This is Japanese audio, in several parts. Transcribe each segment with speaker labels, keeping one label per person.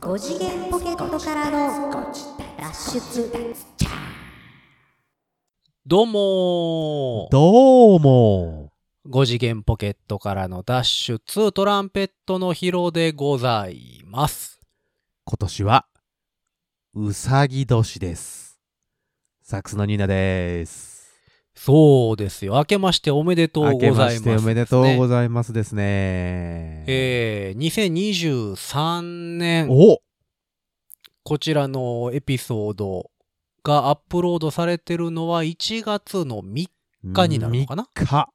Speaker 1: 5次元ポケットからの脱出
Speaker 2: どうもー
Speaker 3: どうも。
Speaker 2: 五次元ポケットからの脱出トランペットのヒロでございます。
Speaker 3: 今年は、うさぎ年です。サックスのニーナです。
Speaker 2: そうですよ。明けましておめでとう
Speaker 3: 明
Speaker 2: ござい
Speaker 3: け
Speaker 2: ま、
Speaker 3: ますしておめでとうご
Speaker 2: います。
Speaker 3: ざいますですね。
Speaker 2: えー、2023年、
Speaker 3: お
Speaker 2: こちらのエピソードがアップロードされてるのは1月の3日になるのかな
Speaker 3: 3日。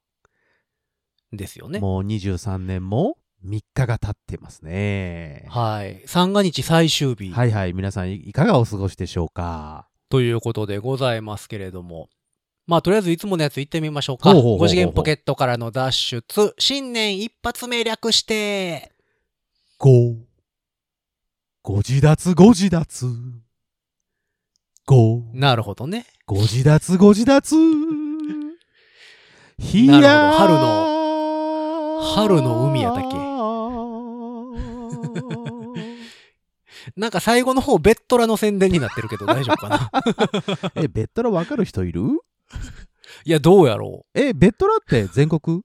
Speaker 2: ですよね。
Speaker 3: もう23年も3日が経ってますね。
Speaker 2: はい。三が日最終日
Speaker 3: はいはい。皆さんいいかがお過ごしでしょうか
Speaker 2: ということでございますけれども。まあ、とりあえずいつものやつ行ってみましょうか。
Speaker 3: ほうほうほうほう
Speaker 2: 5次元ポケットからの脱出、新年一発目略して、
Speaker 3: ?5。ご自立ご自立。5。
Speaker 2: なるほどね。
Speaker 3: ご自立ご自 立ひやー
Speaker 2: なるほど春の春の海やったっけなんか最後の方、ベッドラの宣伝になってるけど大丈夫か な
Speaker 3: え、ベッドラわかる人いる
Speaker 2: いや、どうやろ
Speaker 3: え、ベッドラって全国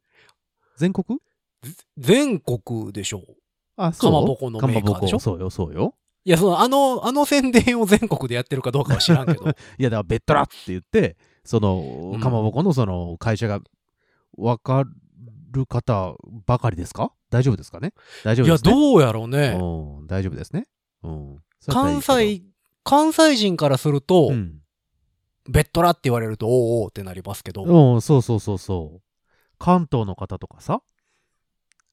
Speaker 3: 全国
Speaker 2: う。ぜ全国でしょう。
Speaker 3: あ、そう
Speaker 2: かまぼこのメーカーでしょ
Speaker 3: かまぼこそうよ、そうよ。
Speaker 2: いや、その、あの、あの宣伝を全国でやってるかどうかは知らん けど。
Speaker 3: いや、だからベッドラって言って、その
Speaker 2: うん、
Speaker 3: かまぼこのその会社がわかる方ばかりですか大丈夫ですかね大丈夫
Speaker 2: いや、
Speaker 3: ですね。
Speaker 2: どうやろうね。
Speaker 3: うん、大丈夫ですね。うん。それだったらいい
Speaker 2: 関
Speaker 3: け
Speaker 2: 西、
Speaker 3: ど
Speaker 2: 関西人からすると、
Speaker 3: うん。
Speaker 2: ベッドラって言われると、おうおうってなりますけど。
Speaker 3: うん、そうそうそうそう。関東の方とかさ。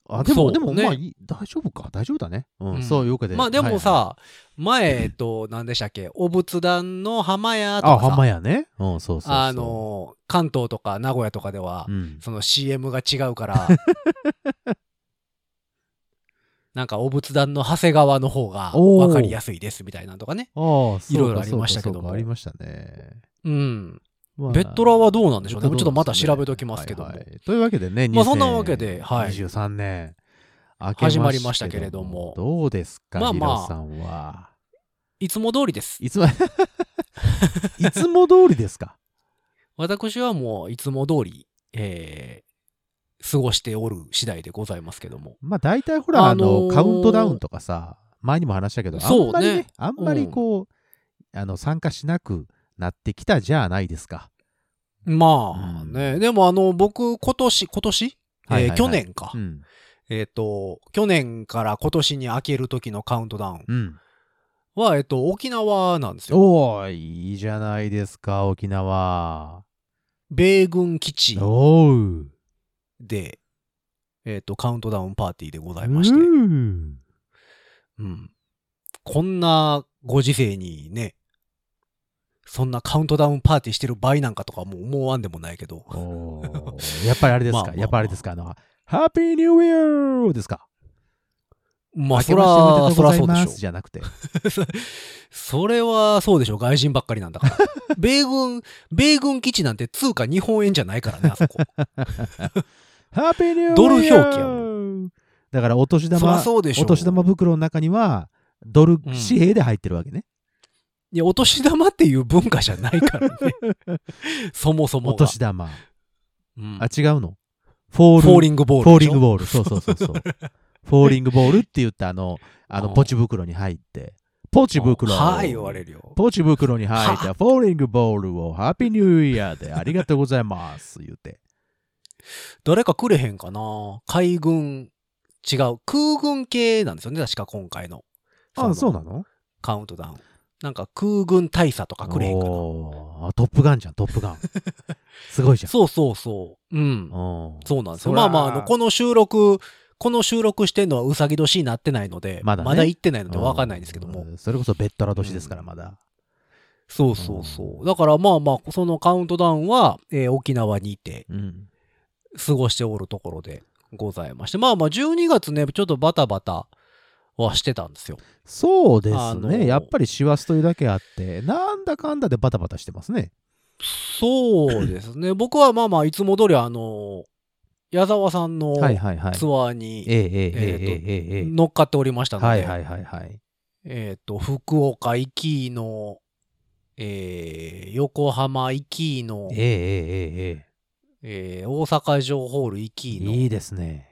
Speaker 3: あ、で
Speaker 2: そ
Speaker 3: も、
Speaker 2: う
Speaker 3: でも、
Speaker 2: ね
Speaker 3: まあいい、大丈夫か、大丈夫だね。うん、
Speaker 2: うん
Speaker 3: そういうわけで。
Speaker 2: まあでもさ、
Speaker 3: は
Speaker 2: 前、えっと、何でしたっけ、お仏壇の浜屋
Speaker 3: い
Speaker 2: と
Speaker 3: はい、あ、
Speaker 2: かさ、あ
Speaker 3: 浜やね。うん、そうそうそう。
Speaker 2: の、関東とか名古屋とかでは、
Speaker 3: うん、
Speaker 2: その CM が違う から、なんかお仏壇の長谷川の方が
Speaker 3: おー
Speaker 2: 分かりやすいですみたいなのとかね。
Speaker 3: ああ、そうか
Speaker 2: いろいろありましたけども
Speaker 3: そうかそうかありましたね。
Speaker 2: うん。
Speaker 3: まあ
Speaker 2: ベッドラはどうなんでしょうね
Speaker 3: ベッドラはどうなんでしょうね
Speaker 2: ちょっとまた調べときますけども
Speaker 3: はいはいというわけでね、
Speaker 2: まあそんなわけではい
Speaker 3: 23年、明け
Speaker 2: 始まりましたけれども
Speaker 3: どうですか、
Speaker 2: まあ
Speaker 3: ま
Speaker 2: まあ
Speaker 3: さんは。
Speaker 2: いつも通りです。
Speaker 3: いつも、 いつも通りですか。
Speaker 2: 私はもういつも通り、えー過ごしておる次第でございますけども。
Speaker 3: まあ大体ほら、あの
Speaker 2: あのー
Speaker 3: カウントダウンとかさ、前にも話したけど、あ
Speaker 2: そうんね
Speaker 3: まりね、あんまりこう、あの参加しなくなってきたじゃないですか。
Speaker 2: まあね、でもあの、僕、今年、今年、
Speaker 3: はいはい
Speaker 2: え
Speaker 3: は
Speaker 2: ー
Speaker 3: い
Speaker 2: 去年か。
Speaker 3: うん。
Speaker 2: えっ、と、去年から今年に明ける時のカウントダウン
Speaker 3: うん。
Speaker 2: は、えっ、と、沖縄なんですよ。
Speaker 3: おー、いいじゃないですか、沖縄。
Speaker 2: 米軍基地
Speaker 3: おう。
Speaker 2: で、えっ、と、カウントダウンパーティーでござ
Speaker 3: う
Speaker 2: いまして、
Speaker 3: ん。
Speaker 2: うん。こんなご時世にね、そんなカウントダウンパーティーしてる場合なんかとかもう思わんでもないけど、
Speaker 3: おーやっぱりあれです か、
Speaker 2: まあまあまあ
Speaker 3: やっぱりあれですか、あの、ハッピーニューイヤーですか。
Speaker 2: まあ、
Speaker 3: 明け
Speaker 2: そら、
Speaker 3: ましておめでと
Speaker 2: そう
Speaker 3: ご
Speaker 2: ら
Speaker 3: ざ
Speaker 2: そ
Speaker 3: い
Speaker 2: で
Speaker 3: うます
Speaker 2: しょ。
Speaker 3: じゃなくて。
Speaker 2: それはそうでしょ。外人ばっかりなんだ から。米軍、米軍基地なんて通貨日本円じゃないからね、あそこ。
Speaker 3: ハッピーニューイヤー
Speaker 2: ドル表記や
Speaker 3: だから、お年
Speaker 2: そら
Speaker 3: 玉、
Speaker 2: そうでしょ。
Speaker 3: お年玉袋の中にはドル紙幣で入ってるわけね、
Speaker 2: いや、お年玉っていう文化じゃない からね。そもそも
Speaker 3: お
Speaker 2: が。
Speaker 3: 年玉あ
Speaker 2: うん
Speaker 3: 違うのフォール
Speaker 2: フォーリングボール。
Speaker 3: フォーリングボール
Speaker 2: でしょ
Speaker 3: そ うそうそうそうフォーリングボールって言ったあのあ
Speaker 2: う
Speaker 3: の
Speaker 2: ん
Speaker 3: ポチ袋に入ってポチ袋
Speaker 2: はい、言われるよ。
Speaker 3: ポチ袋に入ったフォーリングボールをハッピーニューイヤーでありがとうございます言 って
Speaker 2: 誰かくれへんかな海軍、違う。空軍系なんですよね、確か今回の。の
Speaker 3: の
Speaker 2: カウントダウン。なんか空軍大佐とかくれへんかな。
Speaker 3: おーあトップガンじゃんトッ プガンすごいじゃん
Speaker 2: そうそうそう。うん。
Speaker 3: うん
Speaker 2: そうなんですよ。
Speaker 3: そら
Speaker 2: まあまあ、あの、この収録、この収録してんのはうさぎ年になってないので、
Speaker 3: まだね
Speaker 2: 行ってないのでわかんないんですけども。
Speaker 3: うんそれこそベッドラ年ですから
Speaker 2: うん
Speaker 3: まだ、
Speaker 2: そうそうそう。だからまあまあ、そのカウントダウンは、えー沖縄にて
Speaker 3: うん、
Speaker 2: 過ごしておるところでございまして、まあまあ、12月ね、ちょっとバタバタはしてたんですよ。
Speaker 3: そうですね、
Speaker 2: あのー
Speaker 3: やっぱり師走というだけあってなんだかんだでバタバタしてますね
Speaker 2: そうです ね。僕はまあまあ、いつも通り、あの、矢沢さんの
Speaker 3: はいはいはい
Speaker 2: ツアーに
Speaker 3: ええええええええええ
Speaker 2: 乗っかっておりましたので、
Speaker 3: はいはいはいはい
Speaker 2: えっ、と、福岡行きの、えー横浜行きの
Speaker 3: ええ、えええ
Speaker 2: えー大阪城ホール行き
Speaker 3: え
Speaker 2: の、
Speaker 3: いいですね。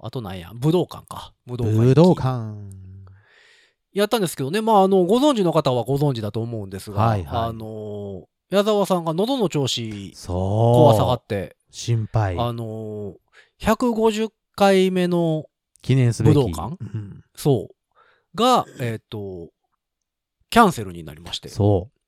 Speaker 2: あとなんや、武道館か。武道館行き
Speaker 3: 武道館。
Speaker 2: やったんですけどね、まあ、あの、ご存知の方はご存知だと思うんですが、
Speaker 3: はいはい
Speaker 2: あのー矢沢さんが喉の調子、
Speaker 3: そう。
Speaker 2: 怖さがあって、
Speaker 3: 心配。
Speaker 2: あのー150回目の、
Speaker 3: 記念すべき。
Speaker 2: 武道館
Speaker 3: うん
Speaker 2: そう、が、えっ、と、キャンセルになりまして。
Speaker 3: そう。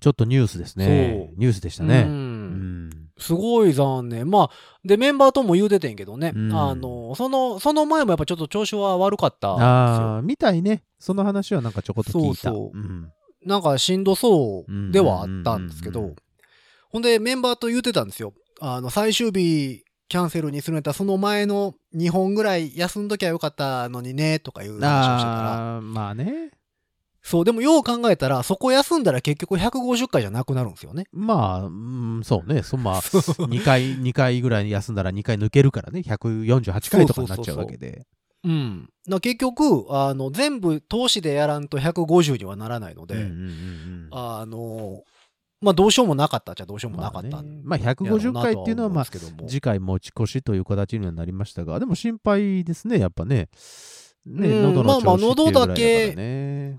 Speaker 3: ちょっとニュースですね
Speaker 2: そう。
Speaker 3: ニュースでした
Speaker 2: う
Speaker 3: ね。うんん。
Speaker 2: すごい残念。まあ、で、メンバーとも言うててんけどね、
Speaker 3: うん
Speaker 2: あの、その、その前もやっぱちょっと調子は悪かったんですよ。
Speaker 3: ああ、みたいね。その話はなんかちょこっと聞いた。
Speaker 2: そうそう
Speaker 3: うん
Speaker 2: なんかしんどそうではあったんですけ
Speaker 3: うんうんうん
Speaker 2: ど
Speaker 3: うん、
Speaker 2: ほんでメンバーと言ってたんですよ。あの、最終日キャンセルにするんやったら、その前の2本ぐらい休んどきゃよかったのにね、とかいう話をしてたから。
Speaker 3: ああ、まあね。
Speaker 2: そう、でもよう考えたら、そこ休んだら結局150回じゃなくなるんですよね。
Speaker 3: まあ、うん、そうね。そま あ、
Speaker 2: そう
Speaker 3: 2回、二回ぐらい休んだら2回抜けるからね。148回とかになっちゃうわけで。
Speaker 2: うん。な結局、あの、全部投資でやらんと150にはならないので、
Speaker 3: うんうんうんうん
Speaker 2: あの、まあ、どうしようもなかったじゃどうしようもなかった
Speaker 3: まあね
Speaker 2: ん
Speaker 3: まあ、
Speaker 2: やろうなと
Speaker 3: 150
Speaker 2: は
Speaker 3: 回っていうのは、
Speaker 2: 思、ん
Speaker 3: まあ
Speaker 2: ですけども
Speaker 3: 次回持ち越しという形にはなりましたが、でも心配ですね、やっぱね。ね、
Speaker 2: うん
Speaker 3: 喉の調子っていうぐらいだから
Speaker 2: まあまあ喉だ
Speaker 3: ね。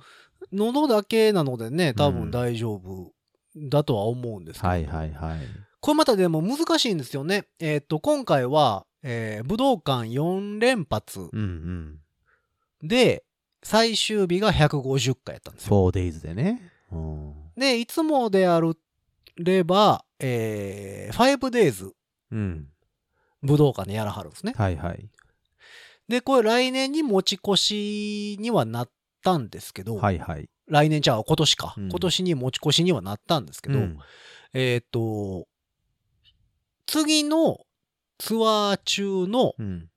Speaker 2: 喉だけなのでね、多分大丈夫だとは思うんですけど、
Speaker 3: はいはいはい。
Speaker 2: これまたでも難しいんですよね。えーっと、今回は、えー武道館4連発
Speaker 3: うんうん。
Speaker 2: で、最終日が150回やったんですよ。
Speaker 3: 4days でね。うん。
Speaker 2: で、いつもであれば、えー、5days
Speaker 3: うん。
Speaker 2: 武道館でやらはるんですね。
Speaker 3: はいはい。
Speaker 2: で、これ来年に持ち越しにはなったんですけど、
Speaker 3: はいはい。
Speaker 2: 来年ちゃう、今年か、
Speaker 3: うん
Speaker 2: 今年に持ち越しにはなったんですけど、
Speaker 3: うん
Speaker 2: えーっ、と、次のツアー中の
Speaker 3: うん。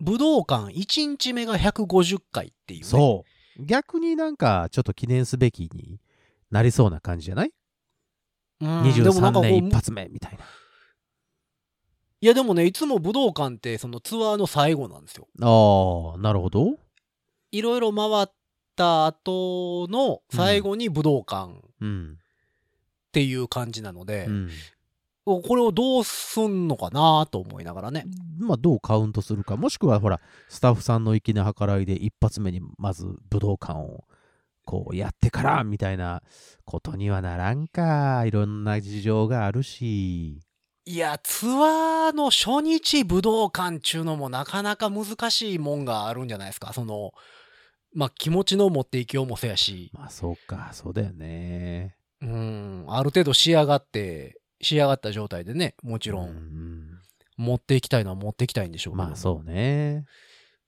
Speaker 2: 武道館1日目が150回っていう、ね。
Speaker 3: そう。逆になんか、ちょっと記念すべきになりそうな感じじゃない
Speaker 2: うん。でもなんかこ
Speaker 3: ?23
Speaker 2: う
Speaker 3: 年一発目みたい
Speaker 2: いやでもね、いつも武道館ってそのツアーの最後なんですよ。
Speaker 3: な。ああ、なるほど。
Speaker 2: いろいろ回った後の最後に武道館っ
Speaker 3: うん。
Speaker 2: ていう感じなので、
Speaker 3: うん。
Speaker 2: これをどうすんのかなと思いながらね。
Speaker 3: まあ、どうカウントするかもしくはほらスタッフさんの粋な計らいで一発目にまず武道館をこうやってからみたいなことにはならんかいろんな事情があるし
Speaker 2: いや、ツアーの初日武道館っちゅうのもなかなか難しいもんがあるんじゃないですか。その、まあ、気持ちの持っていきようもせやし、
Speaker 3: まあそうかそうだよね
Speaker 2: うん、ある程度仕上がって、仕上がった状態でね、もちろ、
Speaker 3: うんん
Speaker 2: 持っていきたいのは持っていきたいんでしょうけど
Speaker 3: まあそうね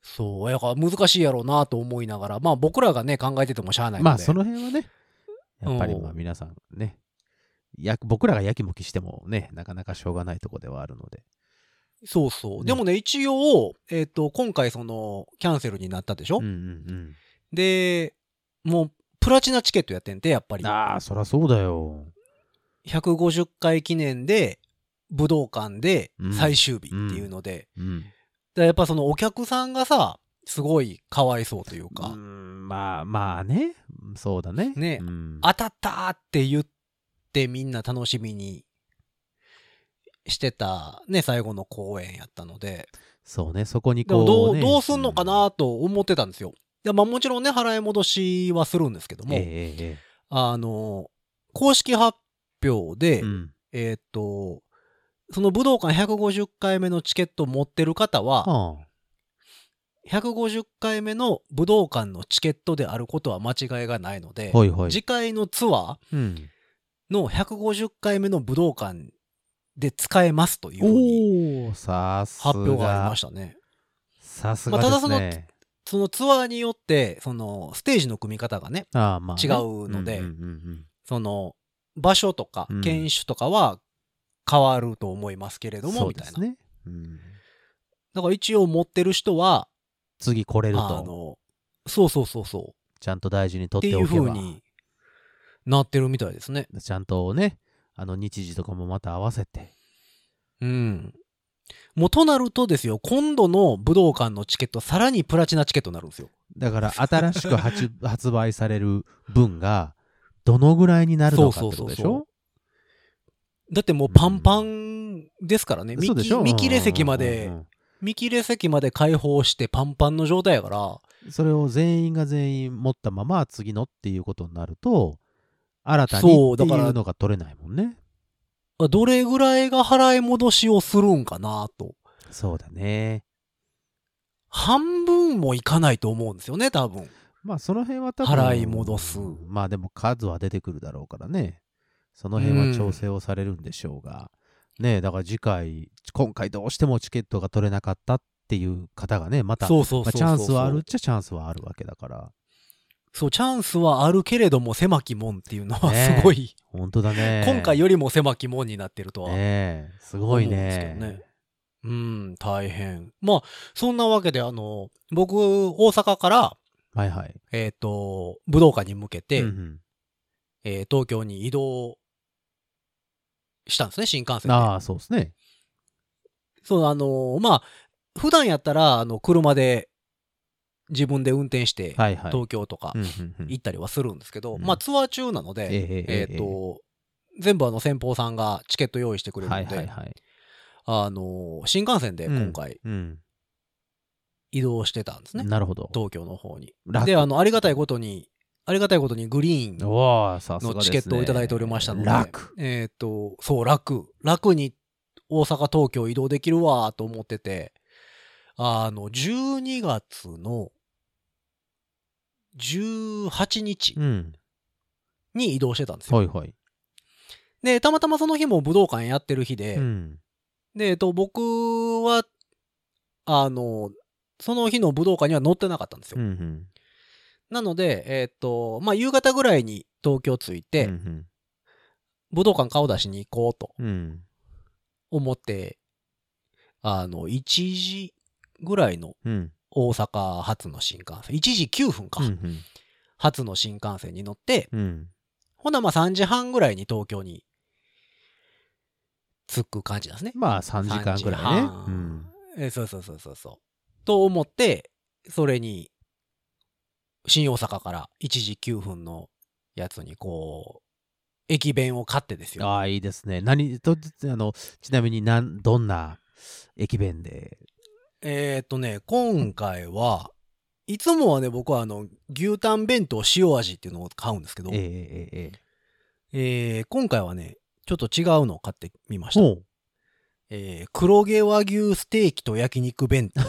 Speaker 2: そう、やから難しいやろうなと思いながら、まあ僕らがね、考えててもしゃあないので。
Speaker 3: まあその辺はねやっぱり
Speaker 2: うん
Speaker 3: まあ皆さんねや僕らがやきもきしてもねなかなかしょうがないとこではあるので
Speaker 2: そうそう。
Speaker 3: ね
Speaker 2: でもね、一応、えっ、と、今回その、キャンセルになったでしょ、
Speaker 3: うんうん
Speaker 2: で、もう、プラチナチケットやってんて、やっぱ
Speaker 3: う
Speaker 2: り
Speaker 3: ん。ああそりゃそうだよ
Speaker 2: 150回記念で武道館で
Speaker 3: うん
Speaker 2: 最終日っていうので、だか
Speaker 3: うん
Speaker 2: らやっぱそのお客さんがさすごいかわいそうというか、
Speaker 3: うーんまあまあねそうだね
Speaker 2: ね
Speaker 3: うん
Speaker 2: 当たったーって言ってみんな楽しみにしてたね最後の公演やったので
Speaker 3: そうねそこに
Speaker 2: でも
Speaker 3: こ
Speaker 2: ど
Speaker 3: う、
Speaker 2: う,、
Speaker 3: ね、
Speaker 2: どうすんのかなと思ってたんですよ。でまあ、もちろんね払い戻しはするんですけど
Speaker 3: うん
Speaker 2: も、
Speaker 3: えええ
Speaker 2: あの公式発表
Speaker 3: え
Speaker 2: で、
Speaker 3: うん
Speaker 2: えーっと、その武道館150回目のチケットを持ってる方は、
Speaker 3: はあ
Speaker 2: 150回目の武道館のチケットであることは間違いがないので、
Speaker 3: ほいほい
Speaker 2: 次回のツア
Speaker 3: うん
Speaker 2: ーの150回目の武道館で使えますというふうに
Speaker 3: おおさすが
Speaker 2: 発表がありましたね。
Speaker 3: さすがで
Speaker 2: まあただ
Speaker 3: す
Speaker 2: その
Speaker 3: ね、
Speaker 2: そのツアーによって、そのステージの組み方がね、
Speaker 3: ああまあね、
Speaker 2: 違うので
Speaker 3: うんうんうん
Speaker 2: その場所とか
Speaker 3: うん
Speaker 2: 犬種とかは変わると思いますけれ
Speaker 3: う
Speaker 2: ど
Speaker 3: ん
Speaker 2: も、
Speaker 3: そう
Speaker 2: み
Speaker 3: で
Speaker 2: たい
Speaker 3: す
Speaker 2: な。
Speaker 3: ね、うん、
Speaker 2: だから一応持ってる人は、
Speaker 3: 次来れる
Speaker 2: あ
Speaker 3: と
Speaker 2: の、そうそうそうそう。
Speaker 3: ちゃんと大事にとっ
Speaker 2: って
Speaker 3: て
Speaker 2: い
Speaker 3: お
Speaker 2: う
Speaker 3: け
Speaker 2: 風
Speaker 3: ば
Speaker 2: になってるみたいですね。
Speaker 3: ちゃんとねあの日時とかもまた合わせて
Speaker 2: うん。もうとなるとですよ、今度の武道館のチケット、さらにプラチナチケットになるんですよ。
Speaker 3: だから新しく発 発売される分がどのぐらいになるのかってことでし
Speaker 2: そうそうそう
Speaker 3: ょ
Speaker 2: だってもうパンパンですからね。見
Speaker 3: そうでしょ
Speaker 2: 切見切れ席ま
Speaker 3: うんうん
Speaker 2: で
Speaker 3: う、ん
Speaker 2: 見切れ席まで開放してパンパンの状態やから、
Speaker 3: うんそれを全員が全員持ったまま次のっていうことになると新たにっていうのが取れないもんね
Speaker 2: どれぐらいが払い戻しをするんかなと。
Speaker 3: そうだね
Speaker 2: 半分もいかないと思うんですよね、多分。
Speaker 3: まあその辺は多分
Speaker 2: 払い戻す
Speaker 3: まあでも数は出てくるだろうからねその辺は調整をされるんでしょうが、ねえだから次回今回どうしてもチケットが取れなかったっていう方がねまた
Speaker 2: そうそう
Speaker 3: ま
Speaker 2: そうそう
Speaker 3: あチャンスはあるっちゃチャンスはあるわけだから
Speaker 2: そう、チャンスはあるけれども狭き門っていうのは
Speaker 3: ねえ
Speaker 2: すごい、
Speaker 3: 本当だね
Speaker 2: 今回よりも狭き門になってるとは。
Speaker 3: ねえすごい
Speaker 2: 思う
Speaker 3: ね
Speaker 2: んですけどねうん、大変。まあ、そんなわけで、あの、僕、大阪から、
Speaker 3: はいはい
Speaker 2: えっ、と、武道館に向けて、
Speaker 3: うん
Speaker 2: えー東京に移動したんですね、新幹
Speaker 3: う
Speaker 2: 線
Speaker 3: ん、
Speaker 2: で。
Speaker 3: ああそうですね
Speaker 2: そう、あのーまあ、普段やったら、あの、車で自分で運転して、
Speaker 3: はいはい
Speaker 2: 東京とか
Speaker 3: うんうんうん
Speaker 2: 行ったりはするんですけど、
Speaker 3: うん
Speaker 2: まあ、ツアー中なので、
Speaker 3: ええ
Speaker 2: え
Speaker 3: ええ
Speaker 2: っ、と、全部あの、先方さんがチケット用意してくれる
Speaker 3: は
Speaker 2: の
Speaker 3: い
Speaker 2: で、
Speaker 3: はいはい
Speaker 2: あのー新幹線で今回
Speaker 3: うん、
Speaker 2: 移動してたんですね。
Speaker 3: なるほど
Speaker 2: 東京の方に。
Speaker 3: 楽
Speaker 2: で、あの、ありがたいことに、ありがたいことにグリーン
Speaker 3: おおさすが
Speaker 2: の
Speaker 3: ですね
Speaker 2: チケットをいただいておりましたので、
Speaker 3: 楽
Speaker 2: えっ、と、そう、楽。楽に大阪、東京移動できるわーと思ってて、あの、12月の18日
Speaker 3: うん
Speaker 2: に移動してたんですよ。
Speaker 3: はいはい
Speaker 2: で、たまたまその日も武道館やってる日で、
Speaker 3: うん
Speaker 2: で、えっと、僕は、あの、その日の武道館には乗ってなかったんですよ。
Speaker 3: うんうん
Speaker 2: なので、えっと、まあ、夕方ぐらいに東京着いて、
Speaker 3: うんうん
Speaker 2: 武道館顔出しに行こうと
Speaker 3: うん。
Speaker 2: 思って、あの、1時ぐらいの
Speaker 3: うん。
Speaker 2: 大阪発の新幹線、1時9分か、
Speaker 3: うん。
Speaker 2: 発の新幹線に乗って、
Speaker 3: うん。
Speaker 2: ほなまあ3時半ぐらいに東京に着く感じなんですね。
Speaker 3: まあ3時間ぐらいね。うん。
Speaker 2: えそうそうそうそうそう。と思って、それに、新大阪から1時9分のやつにこう、駅弁を買ってですよ。
Speaker 3: ああ、いいですね。何と、あの、ちなみになん、どんな駅弁で。
Speaker 2: えーっ、とね、今回は、いつもはね、僕はあの、牛タン弁当塩味っていうのを買うんですけど
Speaker 3: ええ、えええ
Speaker 2: えー今回はね、ちょっと違うのを買ってみまし
Speaker 3: え。
Speaker 2: た。
Speaker 3: おう
Speaker 2: えー黒毛和牛ステーキと焼肉弁当。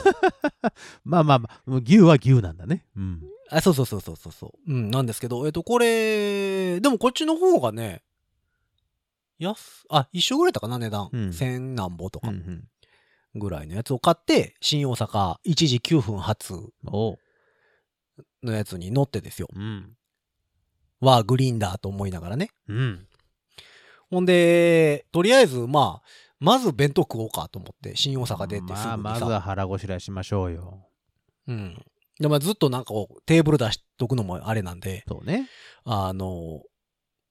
Speaker 3: まあまあまあ、もう牛は牛なんだね。うん。
Speaker 2: あ、そうそうそうそうそうそう。うん、なんですけど、えっ、と、これ、でもこっちの方がね、安、あ、一緒ぐらいだったかな、値段。
Speaker 3: うん
Speaker 2: 千何ぼと
Speaker 3: う
Speaker 2: か
Speaker 3: んうん。
Speaker 2: ぐらいのやつを買って、新大阪1時9分発
Speaker 3: おう。
Speaker 2: のやつに乗ってですよ。
Speaker 3: うん。
Speaker 2: わあ、グリーンだと思いながらね。
Speaker 3: うん。
Speaker 2: ほんで、とりあえず、まあ、まず弁当食おうかと思って、新大阪出てすぐに
Speaker 3: ま
Speaker 2: さ。
Speaker 3: あ、まずは腹ごしらえしましょうよ。
Speaker 2: うん。で、まあ、ずっとなんかこう、テーブル出しとくのもあれなんで、
Speaker 3: そうね。
Speaker 2: あの、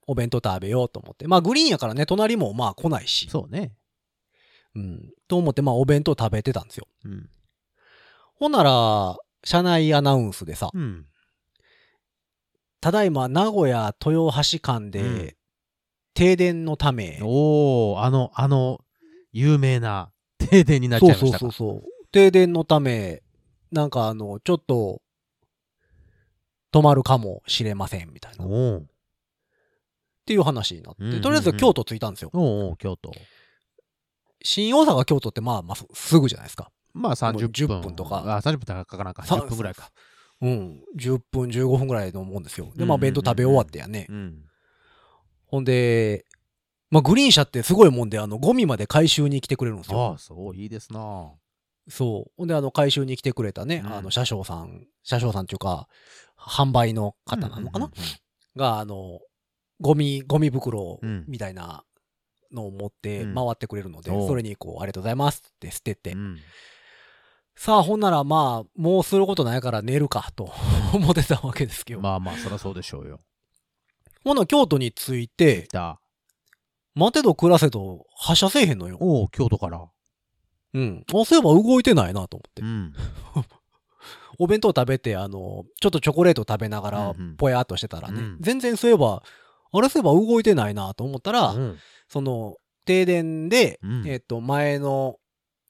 Speaker 2: お弁当食べようと思って。まあ、グリーンやからね、隣もまあ来ないし。
Speaker 3: そうね。
Speaker 2: うん。と思って、まあ、お弁当食べてたんですよ。
Speaker 3: うん。
Speaker 2: ほんなら、車内アナウンスでさ、
Speaker 3: うん。
Speaker 2: ただいま名古屋豊橋間で、
Speaker 3: うん
Speaker 2: 停電のため、
Speaker 3: おおあの、あの、有名な停電になっちゃいましたか。
Speaker 2: そうそうそうそう。停電のため、なんかあの、ちょっと、止まるかもしれません、みたいな。っ
Speaker 3: おう
Speaker 2: ていう話になって、
Speaker 3: うんうんうん
Speaker 2: とりあえず京都着いたんですよ。
Speaker 3: おうおう京都。
Speaker 2: 新大阪、京都ってまあまあすすぐじゃないですか。
Speaker 3: まあ
Speaker 2: もう
Speaker 3: 30
Speaker 2: 10
Speaker 3: 分。
Speaker 2: 分とか
Speaker 3: あ、30分とかかかなんか。
Speaker 2: さ
Speaker 3: 10分ぐらいか。
Speaker 2: うん。10分、15分ぐらいのもんですよ。で、
Speaker 3: うんうんうん
Speaker 2: まあ弁当食べ終わってやね。
Speaker 3: うん。
Speaker 2: ほんで、まあグリーン車ってすごいもんで、あの、ゴミまで回収に来てくれるんです
Speaker 3: あ
Speaker 2: よ。
Speaker 3: あ、そう、いいですな。
Speaker 2: そう。ほんで、あの、回収に来てくれたね、
Speaker 3: うん
Speaker 2: あの、車掌さん、車掌さんっていうか、販売の方なのかな、が、あの、ゴミ、ゴミ袋
Speaker 3: うん
Speaker 2: みたいなのを持って
Speaker 3: う
Speaker 2: 回
Speaker 3: ん
Speaker 2: ってくれるので、
Speaker 3: おう
Speaker 2: それにこう、ありがとうございますって捨てて、
Speaker 3: うんうんうんうん
Speaker 2: さあ、ほんならまあ、もうすることないから寝るかと 思ってたわけですけど、
Speaker 3: まあまあ、そりゃそうでしょ うよ。
Speaker 2: ほな京都に着いて
Speaker 3: 来、た。
Speaker 2: 待てど暮らせど発射せえへんのよ。
Speaker 3: おお、京都から。
Speaker 2: うん。あ、そういえば動いてないなと思って
Speaker 3: う。ん。
Speaker 2: お弁当食べて、あの、ちょっとチョコレート食べなが
Speaker 3: う
Speaker 2: ら
Speaker 3: んうん、
Speaker 2: ぽやっとしてたらね、
Speaker 3: うん
Speaker 2: 全然そういえば、あれそういえば動いてないなと思ったら、
Speaker 3: うん
Speaker 2: その、停電で、
Speaker 3: うん
Speaker 2: えっ、と、前の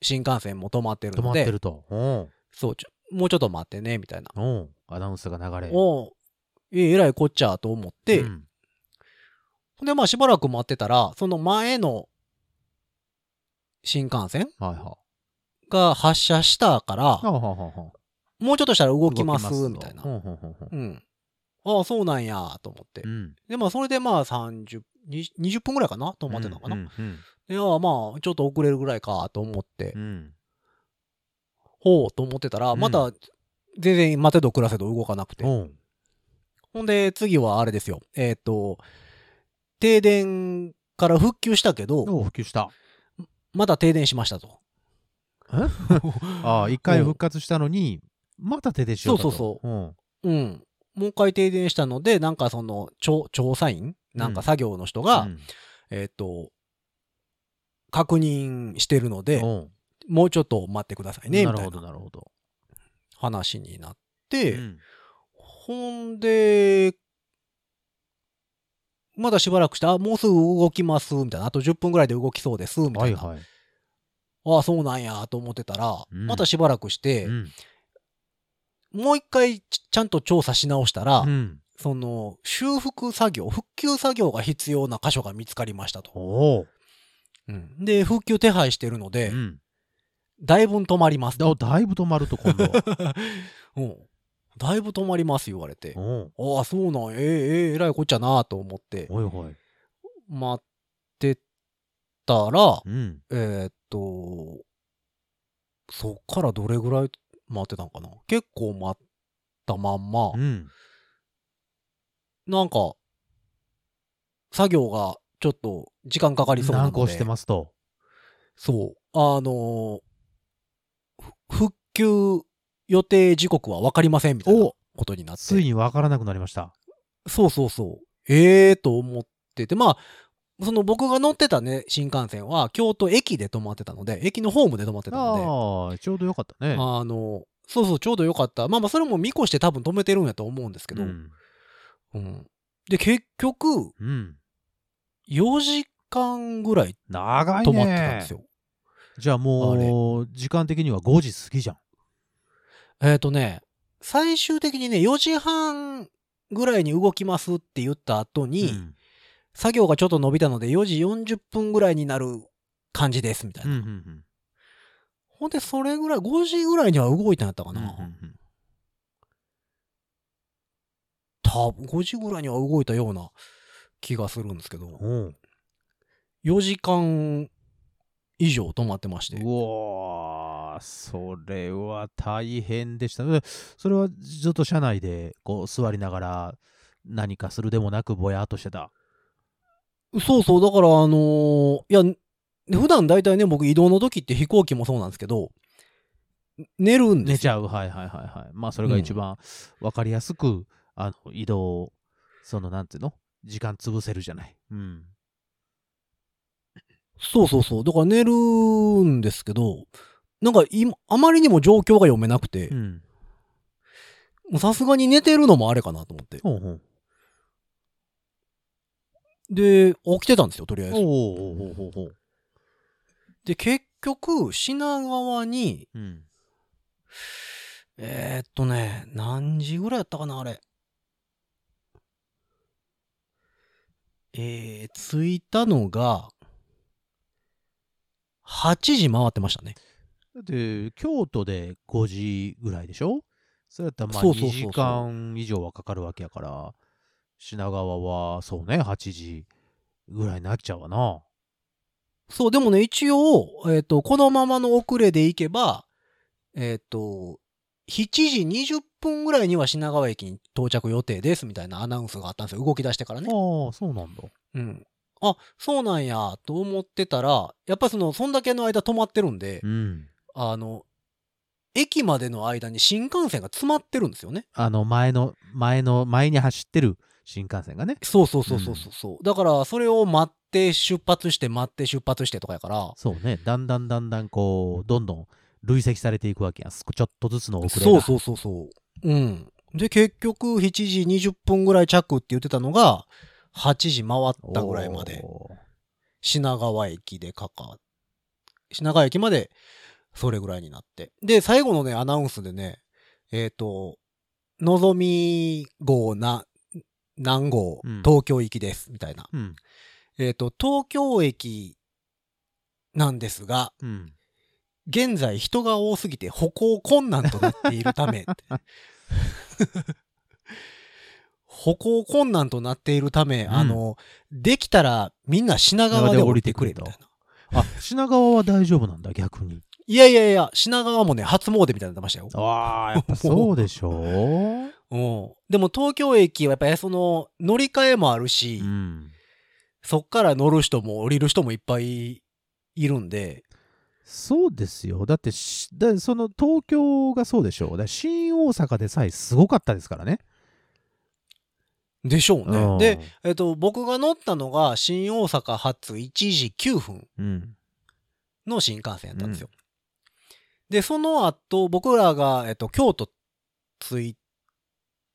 Speaker 2: 新幹線も止まってる
Speaker 3: 止ま
Speaker 2: の
Speaker 3: っ
Speaker 2: で、
Speaker 3: てると。うん
Speaker 2: そう、ちょもうちょっと待ってね、みたいな。
Speaker 3: うん。アナウンスが流れ。
Speaker 2: おうええらいこっちゃと思って、
Speaker 3: うん
Speaker 2: ほんで、まあしばらく待ってたら、その前の新幹線
Speaker 3: はいはい。
Speaker 2: が発車したから、
Speaker 3: はあはあはあはあ
Speaker 2: もうちょっとしたら動きます、みたいな。
Speaker 3: ほうほうほうほう
Speaker 2: うん。ああ、そうなんや、と思って。
Speaker 3: うん。
Speaker 2: で、まあ、それでまあ、30、20 20分ぐらいかなと思ってたのかな。
Speaker 3: うんうん
Speaker 2: いや、まあ、ちょっと遅れるぐらいか、と思って、
Speaker 3: うん。
Speaker 2: ほう、と思ってたら、
Speaker 3: うん
Speaker 2: また、全然待てど暮らせど動かなくて。
Speaker 3: うん。
Speaker 2: ほんで、次はあれですよ。えっ、と、停電から復旧したけど、
Speaker 3: お普及した。
Speaker 2: また停電しましたと。
Speaker 3: ああ、一回復活したのに、また手でしよ
Speaker 2: そうそう
Speaker 3: そうん。
Speaker 2: うん。もう一回停電したので、なんかその、調調査員なんか作業の人が、
Speaker 3: うん
Speaker 2: えっ、と、確認してるので、
Speaker 3: うん
Speaker 2: もうちょっと待ってくださいね、
Speaker 3: な
Speaker 2: み
Speaker 3: る
Speaker 2: たい
Speaker 3: ほど、
Speaker 2: な
Speaker 3: なるほど。
Speaker 2: 話になって、
Speaker 3: うん
Speaker 2: ほんで、まだしばらくして、あ、もうすぐ動きます、みたいな。あと10分ぐらいで動きそうです、みた
Speaker 3: はいい
Speaker 2: な。
Speaker 3: はい。
Speaker 2: ああ、そうなんや、と思ってたら、
Speaker 3: うん
Speaker 2: またしばらくして
Speaker 3: う、ん
Speaker 2: もう一回ちちゃんと調査し直したら、
Speaker 3: うん。
Speaker 2: その、修復作業、復旧作業が必要な箇所が見つかりましたと。
Speaker 3: おお。
Speaker 2: うんで、復旧手配してるので、
Speaker 3: うん
Speaker 2: だいぶん止まります
Speaker 3: だ
Speaker 2: と。
Speaker 3: だいぶ止まると、 今度は。
Speaker 2: うんだいぶ止まります言われて。
Speaker 3: うん
Speaker 2: ああ、そうなんやえええええらいこっちゃなと思って、
Speaker 3: おいおい。
Speaker 2: 待ってたら、
Speaker 3: うん。
Speaker 2: えーっと、そっからどれぐらい待ってたんかな結構待ったまんま
Speaker 3: う、ん。
Speaker 2: なんか、作業がちょっと時間かかりそうなの
Speaker 3: 難
Speaker 2: で。
Speaker 3: 航してますと。
Speaker 2: そう。あのーふ復旧予定時刻は分かりませんみたいなことになって。
Speaker 3: ついに分からなくなりました。
Speaker 2: そうそうそう。ええと思ってて、まあ、その僕が乗ってたね、新幹線は、京都駅で止まってたので、駅のホームで止まってたの
Speaker 3: ああ、ちょうどよかった
Speaker 2: で、
Speaker 3: ね。
Speaker 2: あの、そうそう、ちょうどよかった。まあまあ、それも見越して多分止めてるんやと思うんですけ
Speaker 3: う
Speaker 2: ど、
Speaker 3: ん。
Speaker 2: うんで、結局、
Speaker 3: うん。
Speaker 2: 4時間ぐらい
Speaker 3: 長いね。
Speaker 2: 止まってたんですよ。
Speaker 3: じゃあもう、時間的には5時過ぎじゃん。
Speaker 2: えっ、とね、最終的にね、4時半ぐらいに動きますって言った後に、
Speaker 3: うん
Speaker 2: 作業がちょっと伸びたので、4時40分ぐらいになる感じです、みたいな。
Speaker 3: うんうんうん
Speaker 2: ほんで、それぐらい、5時ぐらいには動いたんやったかな。多分、5時ぐらいには動いたような気がするんですけど、
Speaker 3: うんうん
Speaker 2: 4時間以上止まってまして
Speaker 3: う。わーそれは大変でした。えそれはずっと車内でこう座りながら何かするでもなくぼやっとしてた。
Speaker 2: そうそう、だから、あのーいや、普段大体ね、僕移動の時って飛行機もそうなんですけど、寝るんで
Speaker 3: 寝
Speaker 2: す
Speaker 3: ちゃう。はいはいはいはい。まあそれが一番わかりやすく、あの移動、そのなんていうの時間潰せるじゃない。うん。
Speaker 2: そうそうそう。だから寝るんですけど、なんか今、あまりにも状況が読めなくて
Speaker 3: う、ん。
Speaker 2: もうさすがに寝てるのもあれかなと思って。
Speaker 3: ほうほう
Speaker 2: で、起きてたんですよ、とりあえ
Speaker 3: おう
Speaker 2: ず。
Speaker 3: おうおうおうおう
Speaker 2: で、結局、品川に、
Speaker 3: うん。
Speaker 2: えー、っとね、何時ぐらいやったかな、あれ。えー、着いたのが、8時回ってましたね。
Speaker 3: だって京都で5時ぐらいでしょそれだったらまあ
Speaker 2: そうそうそ
Speaker 3: 2
Speaker 2: うそう
Speaker 3: 時間以上はかかるわけやから品川はそうね8時ぐらいになっちゃうわな
Speaker 2: そう、でもね、一応、えっ、と、このままの遅れで行けば、えっ、と、7時20分ぐらいには品川駅に到着予定ですみたいなアナウンスがあったんですよ。動き出してから
Speaker 3: ああ
Speaker 2: ね。
Speaker 3: そうなんだ
Speaker 2: うん。あ、そうなんや、と思ってたら、やっぱその、そんだけの間止まってるんで
Speaker 3: う、ん
Speaker 2: あの、駅までの間に新幹線が詰まってるんですよね。
Speaker 3: あの前の前の前に走ってる新幹線がね。
Speaker 2: そうそうそうそうそうそう、だからそれを待って出発して待って出発してとかやから
Speaker 3: そうね、だんだんだんだんこう、どんどん累積されていくわけやん。すちょっとずつの遅れが。
Speaker 2: そうそうそうそううんで結局7時20分ぐらい着って言ってたのが8時回ったぐらいまで
Speaker 3: おー
Speaker 2: 品川駅でかか品川駅までそれぐらいになってで最後のねアナウンスでねえっ、と「のぞみ号な何号
Speaker 3: うん
Speaker 2: 東京行きです」みたいな、
Speaker 3: うん。
Speaker 2: えっ、と東京駅なんですが
Speaker 3: うん。
Speaker 2: 現在人が多すぎて歩行困難となっているた め歩行困難となっているため、
Speaker 3: うん
Speaker 2: あのできたらみんな品川で降りてくれみたいな
Speaker 3: あ、品川は大丈夫なんだ、逆に。
Speaker 2: いやいやいや品川もね初詣みたいになってましたよ
Speaker 3: ああ、やっぱそうでしょう。
Speaker 2: うんでも東京駅はやっぱりその乗り換えもあるし、
Speaker 3: うん。
Speaker 2: そっから乗る人も降りる人もいっぱいいるんで
Speaker 3: そうですよ。だってし、だその東京がそうでしょう。だから新大阪でさえすごかったですからね。
Speaker 2: でしょう
Speaker 3: う
Speaker 2: ね
Speaker 3: ん
Speaker 2: で、、えっと、僕が乗ったのが新大阪発1時9分
Speaker 3: うん。
Speaker 2: の新幹線やったんですよ、でその後僕らが、えっと、京都着い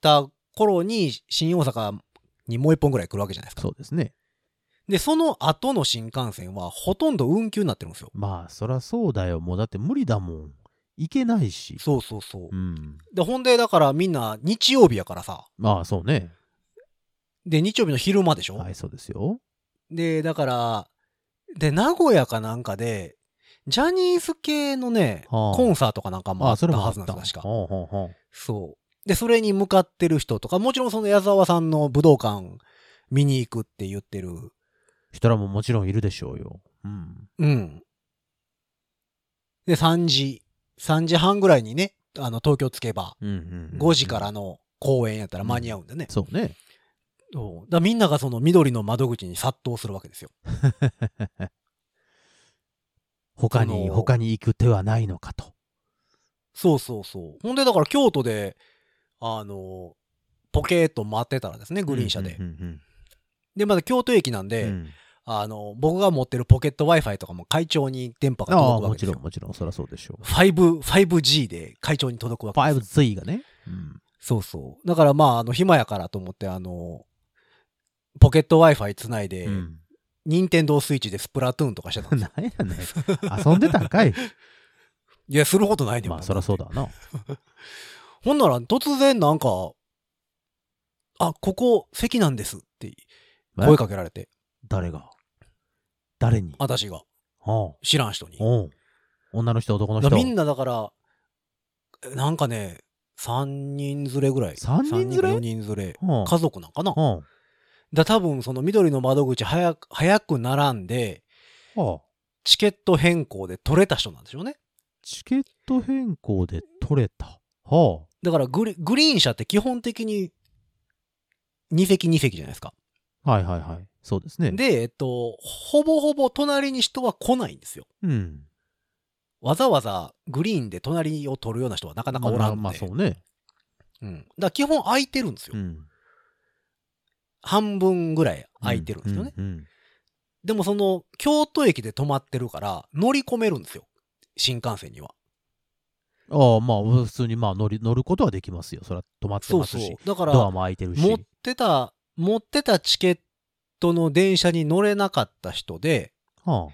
Speaker 2: た頃に新大阪にもう一本ぐらい来るわけじゃないですか
Speaker 3: そうですね。
Speaker 2: でその後の新幹線はほとんど運休になってるんですよ
Speaker 3: まあ、そらそうだよ。もうだって無理だもん。行けないし。
Speaker 2: そうそうそう
Speaker 3: う。ん。
Speaker 2: で、ほんで、だからみんな日曜日やからさ。
Speaker 3: まあ、そうね。
Speaker 2: で、日曜日の昼間でしょ、
Speaker 3: はい、そうですよ。
Speaker 2: で、だから、で、名古屋かなんかで、ジャニーズ系のね、
Speaker 3: はあ
Speaker 2: コンサートかなんかも
Speaker 3: ま
Speaker 2: あ
Speaker 3: あ、
Speaker 2: っ
Speaker 3: そ
Speaker 2: た
Speaker 3: れもあ
Speaker 2: は
Speaker 3: っ
Speaker 2: ず
Speaker 3: た。
Speaker 2: なんですよ確か。
Speaker 3: ほうほうほう
Speaker 2: そう。で、それに向かってる人とか、もちろんその矢沢さんの武道館見に行くって言ってる。
Speaker 3: 人らももちろんいるでしょうよ。うん。
Speaker 2: うん。で、3時、3時半ぐらいにね、あの、東京着けば、
Speaker 3: うんうんうん
Speaker 2: 5時からの公演やったら間に合うんでね。
Speaker 3: そうね。
Speaker 2: そうだからみんながその緑の窓口に殺到するわけですよ。
Speaker 3: 他
Speaker 2: そ
Speaker 3: に、
Speaker 2: の
Speaker 3: 他に行く手はないのかと。
Speaker 2: そうそうそう。ほんでだから京都で、あの、ポケーっと待ってたらですね、グリーン車で。
Speaker 3: うんうん
Speaker 2: で、まだ京都駅なん
Speaker 3: うん
Speaker 2: で、
Speaker 3: うん
Speaker 2: あの、僕が持ってるポケット Wi-Fi とかも会長に電波が
Speaker 3: あ
Speaker 2: 届
Speaker 3: あ、
Speaker 2: くわけ
Speaker 3: も
Speaker 2: で
Speaker 3: ち
Speaker 2: す
Speaker 3: ろん、
Speaker 2: よ。
Speaker 3: もちろん、そらそうでしょう。
Speaker 2: 5、5G で会長に届くわけですよ。
Speaker 3: 5Z がね。うん。
Speaker 2: そうそう。だからまあ、あの、暇やからと思って、あの、ポケット Wi-Fi つないで、
Speaker 3: うん
Speaker 2: 任天堂スイッチでスプラトゥーンとかしてたんですよ。
Speaker 3: 何やねん。遊んでたん かい。
Speaker 2: いや、することないね
Speaker 3: まあ、そらそうだな。
Speaker 2: ほんなら突然なんか、あ、ここ席なんですって声かけられて、
Speaker 3: 誰が誰に
Speaker 2: 私が
Speaker 3: お
Speaker 2: 知らん人に。
Speaker 3: おう女の人、男の
Speaker 2: だ
Speaker 3: 人。
Speaker 2: みんなだから、なんかね、3人連れぐらい。
Speaker 3: 三人連れ
Speaker 2: ?4 人連れ。
Speaker 3: うん
Speaker 2: 家族なんかな。
Speaker 3: うん
Speaker 2: だ多分その緑の窓口早く、早く並んで、
Speaker 3: ああ
Speaker 2: チケット変更で取れた人なんでしょうね。
Speaker 3: チケット変更で取れた。は
Speaker 2: だからグリグリーン車って基本的に2席2席じゃないですか。
Speaker 3: あ。はいはいはい。そうですね。
Speaker 2: で、えっと、ほぼほぼ隣に人は来ないんですよ。
Speaker 3: うん。
Speaker 2: わざわざグリーンで隣を取るような人はなかなかおらん
Speaker 3: まあ
Speaker 2: で、
Speaker 3: まあ、そうね。
Speaker 2: うん、だから基本空いてるんですよ、
Speaker 3: うん。
Speaker 2: 半分ぐらい空いてるんですよね、
Speaker 3: うん。うん
Speaker 2: でもその京都駅で止まってるから乗り込めるんですよ新幹線には
Speaker 3: ああ、まあ、普通にまあ乗り乗ることはできますよ。それは止まって
Speaker 2: そう
Speaker 3: ます
Speaker 2: そ
Speaker 3: し、
Speaker 2: うだか
Speaker 3: ドア
Speaker 2: ら
Speaker 3: も開いてる
Speaker 2: 持っ
Speaker 3: し。
Speaker 2: てた持ってたチケットの電車に乗れなかった人で
Speaker 3: は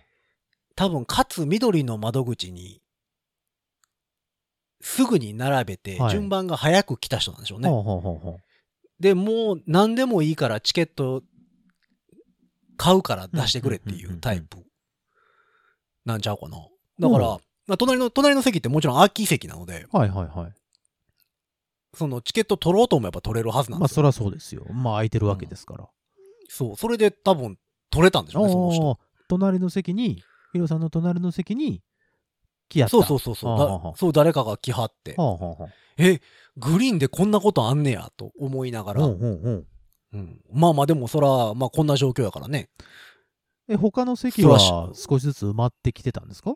Speaker 2: 多分勝緑の窓口にすぐに並べて
Speaker 3: はい
Speaker 2: 順番が早く来た人なんでしょう
Speaker 3: あ。
Speaker 2: ね、
Speaker 3: はあはあはあはあ
Speaker 2: でもう何でもいいからチケット買うから出してくれっていうタイプなんちゃうかな。だから、
Speaker 3: うん
Speaker 2: まあ、隣の、隣の席ってもちろん空き席なので、
Speaker 3: はいはいはい。
Speaker 2: そのチケット取ろうと思えば取れるはずなん
Speaker 3: まあ、
Speaker 2: です
Speaker 3: そ
Speaker 2: よ。
Speaker 3: りゃそうですよ。まあ、空いてるわけですから。
Speaker 2: そう、それで多分取れたんでしょうね、その人。
Speaker 3: ああ隣の席に、ヒロさんの隣の席に、来やった。
Speaker 2: そうそうそうそう、
Speaker 3: はあはあは
Speaker 2: だそう、誰かが来はって
Speaker 3: あ、はあはあはあ
Speaker 2: え、グリーンでこんなことあんねや、と思いながら、
Speaker 3: うんうんうん。
Speaker 2: うんまあまあでもそら、まあこんな状況やからね。
Speaker 3: え、他の席
Speaker 2: そら
Speaker 3: は
Speaker 2: し
Speaker 3: 少しずつ埋まってきてたんですか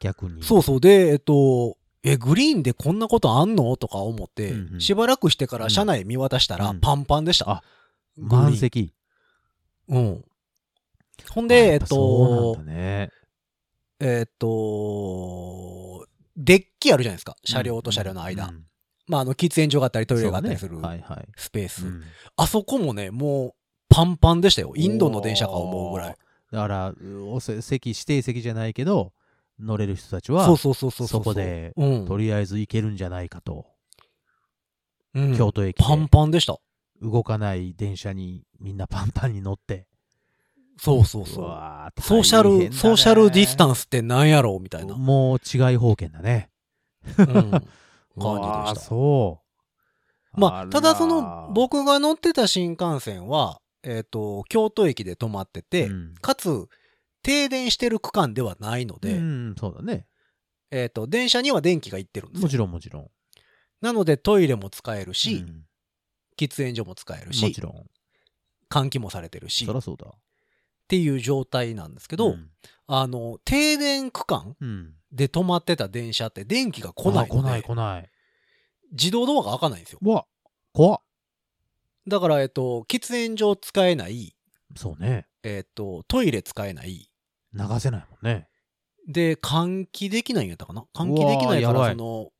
Speaker 3: 逆に。
Speaker 2: そうそう。で、えっと、え、グリーンでこんなことあんのとか思って、
Speaker 3: うんうん
Speaker 2: しばらくしてから車内見渡したら
Speaker 3: うん
Speaker 2: パンパンでした。
Speaker 3: あ満席。
Speaker 2: うん。ほん
Speaker 3: あ
Speaker 2: で、え
Speaker 3: や
Speaker 2: っ
Speaker 3: ぱそ
Speaker 2: と
Speaker 3: うな、んだね。
Speaker 2: えっと、デッキあるじゃないですか。車両と車両の間。
Speaker 3: うん
Speaker 2: まあ、あの、喫煙所があったり、トイレがあったりす
Speaker 3: そ
Speaker 2: る
Speaker 3: うねはいはい。
Speaker 2: スペース。
Speaker 3: うん
Speaker 2: あそこもね、もう、パンパンでしたよ。インドの電車か思うぐらい。
Speaker 3: だからおせ席指定席じゃないけど乗れる人たちは
Speaker 2: そうそうそうそうう。
Speaker 3: そこで
Speaker 2: うん、
Speaker 3: とりあえず行けるんじゃないかと、
Speaker 2: うん
Speaker 3: 京都駅で
Speaker 2: パンパンでした。
Speaker 3: 動かない電車にみんなパンパンに乗って
Speaker 2: そうそうそう。
Speaker 3: わ
Speaker 2: ソーシャル、ソーシャルディスタ
Speaker 3: ン
Speaker 2: ンスってなんやろうみたいな。
Speaker 3: もう違い方権だね
Speaker 2: うん感
Speaker 3: うわ
Speaker 2: じ
Speaker 3: あ
Speaker 2: でした。
Speaker 3: そう
Speaker 2: まあ、
Speaker 3: ら
Speaker 2: ただその、僕が乗ってた新幹線は、えっ、と、京都駅で止まってて、
Speaker 3: うん
Speaker 2: かつ、停電してる区間ではないので、
Speaker 3: うんそうだね
Speaker 2: えっ、と、電車には電気が行ってるんです
Speaker 3: も
Speaker 2: よ。
Speaker 3: ちろんもちろん
Speaker 2: なので、トイレも使えるし、
Speaker 3: うん
Speaker 2: 喫煙所も使える
Speaker 3: も
Speaker 2: し
Speaker 3: ち、ろん
Speaker 2: 換気もされてるし、
Speaker 3: そ
Speaker 2: っ
Speaker 3: らそうだ
Speaker 2: ていう状態なんですけど、
Speaker 3: うん
Speaker 2: あの、停電区間
Speaker 3: うん
Speaker 2: で止まってた電車って電気が来ないの
Speaker 3: あ
Speaker 2: で、
Speaker 3: 来ない来ない
Speaker 2: 自動ドアが開かないんですよ。
Speaker 3: うわ怖っ
Speaker 2: だから、えっ、と、喫煙所使えない、
Speaker 3: そうね
Speaker 2: えっ、と、トイレ使えない、
Speaker 3: 流せないもんね
Speaker 2: で、換気できないんやったかな換気できないから、
Speaker 3: うわーやばい
Speaker 2: その、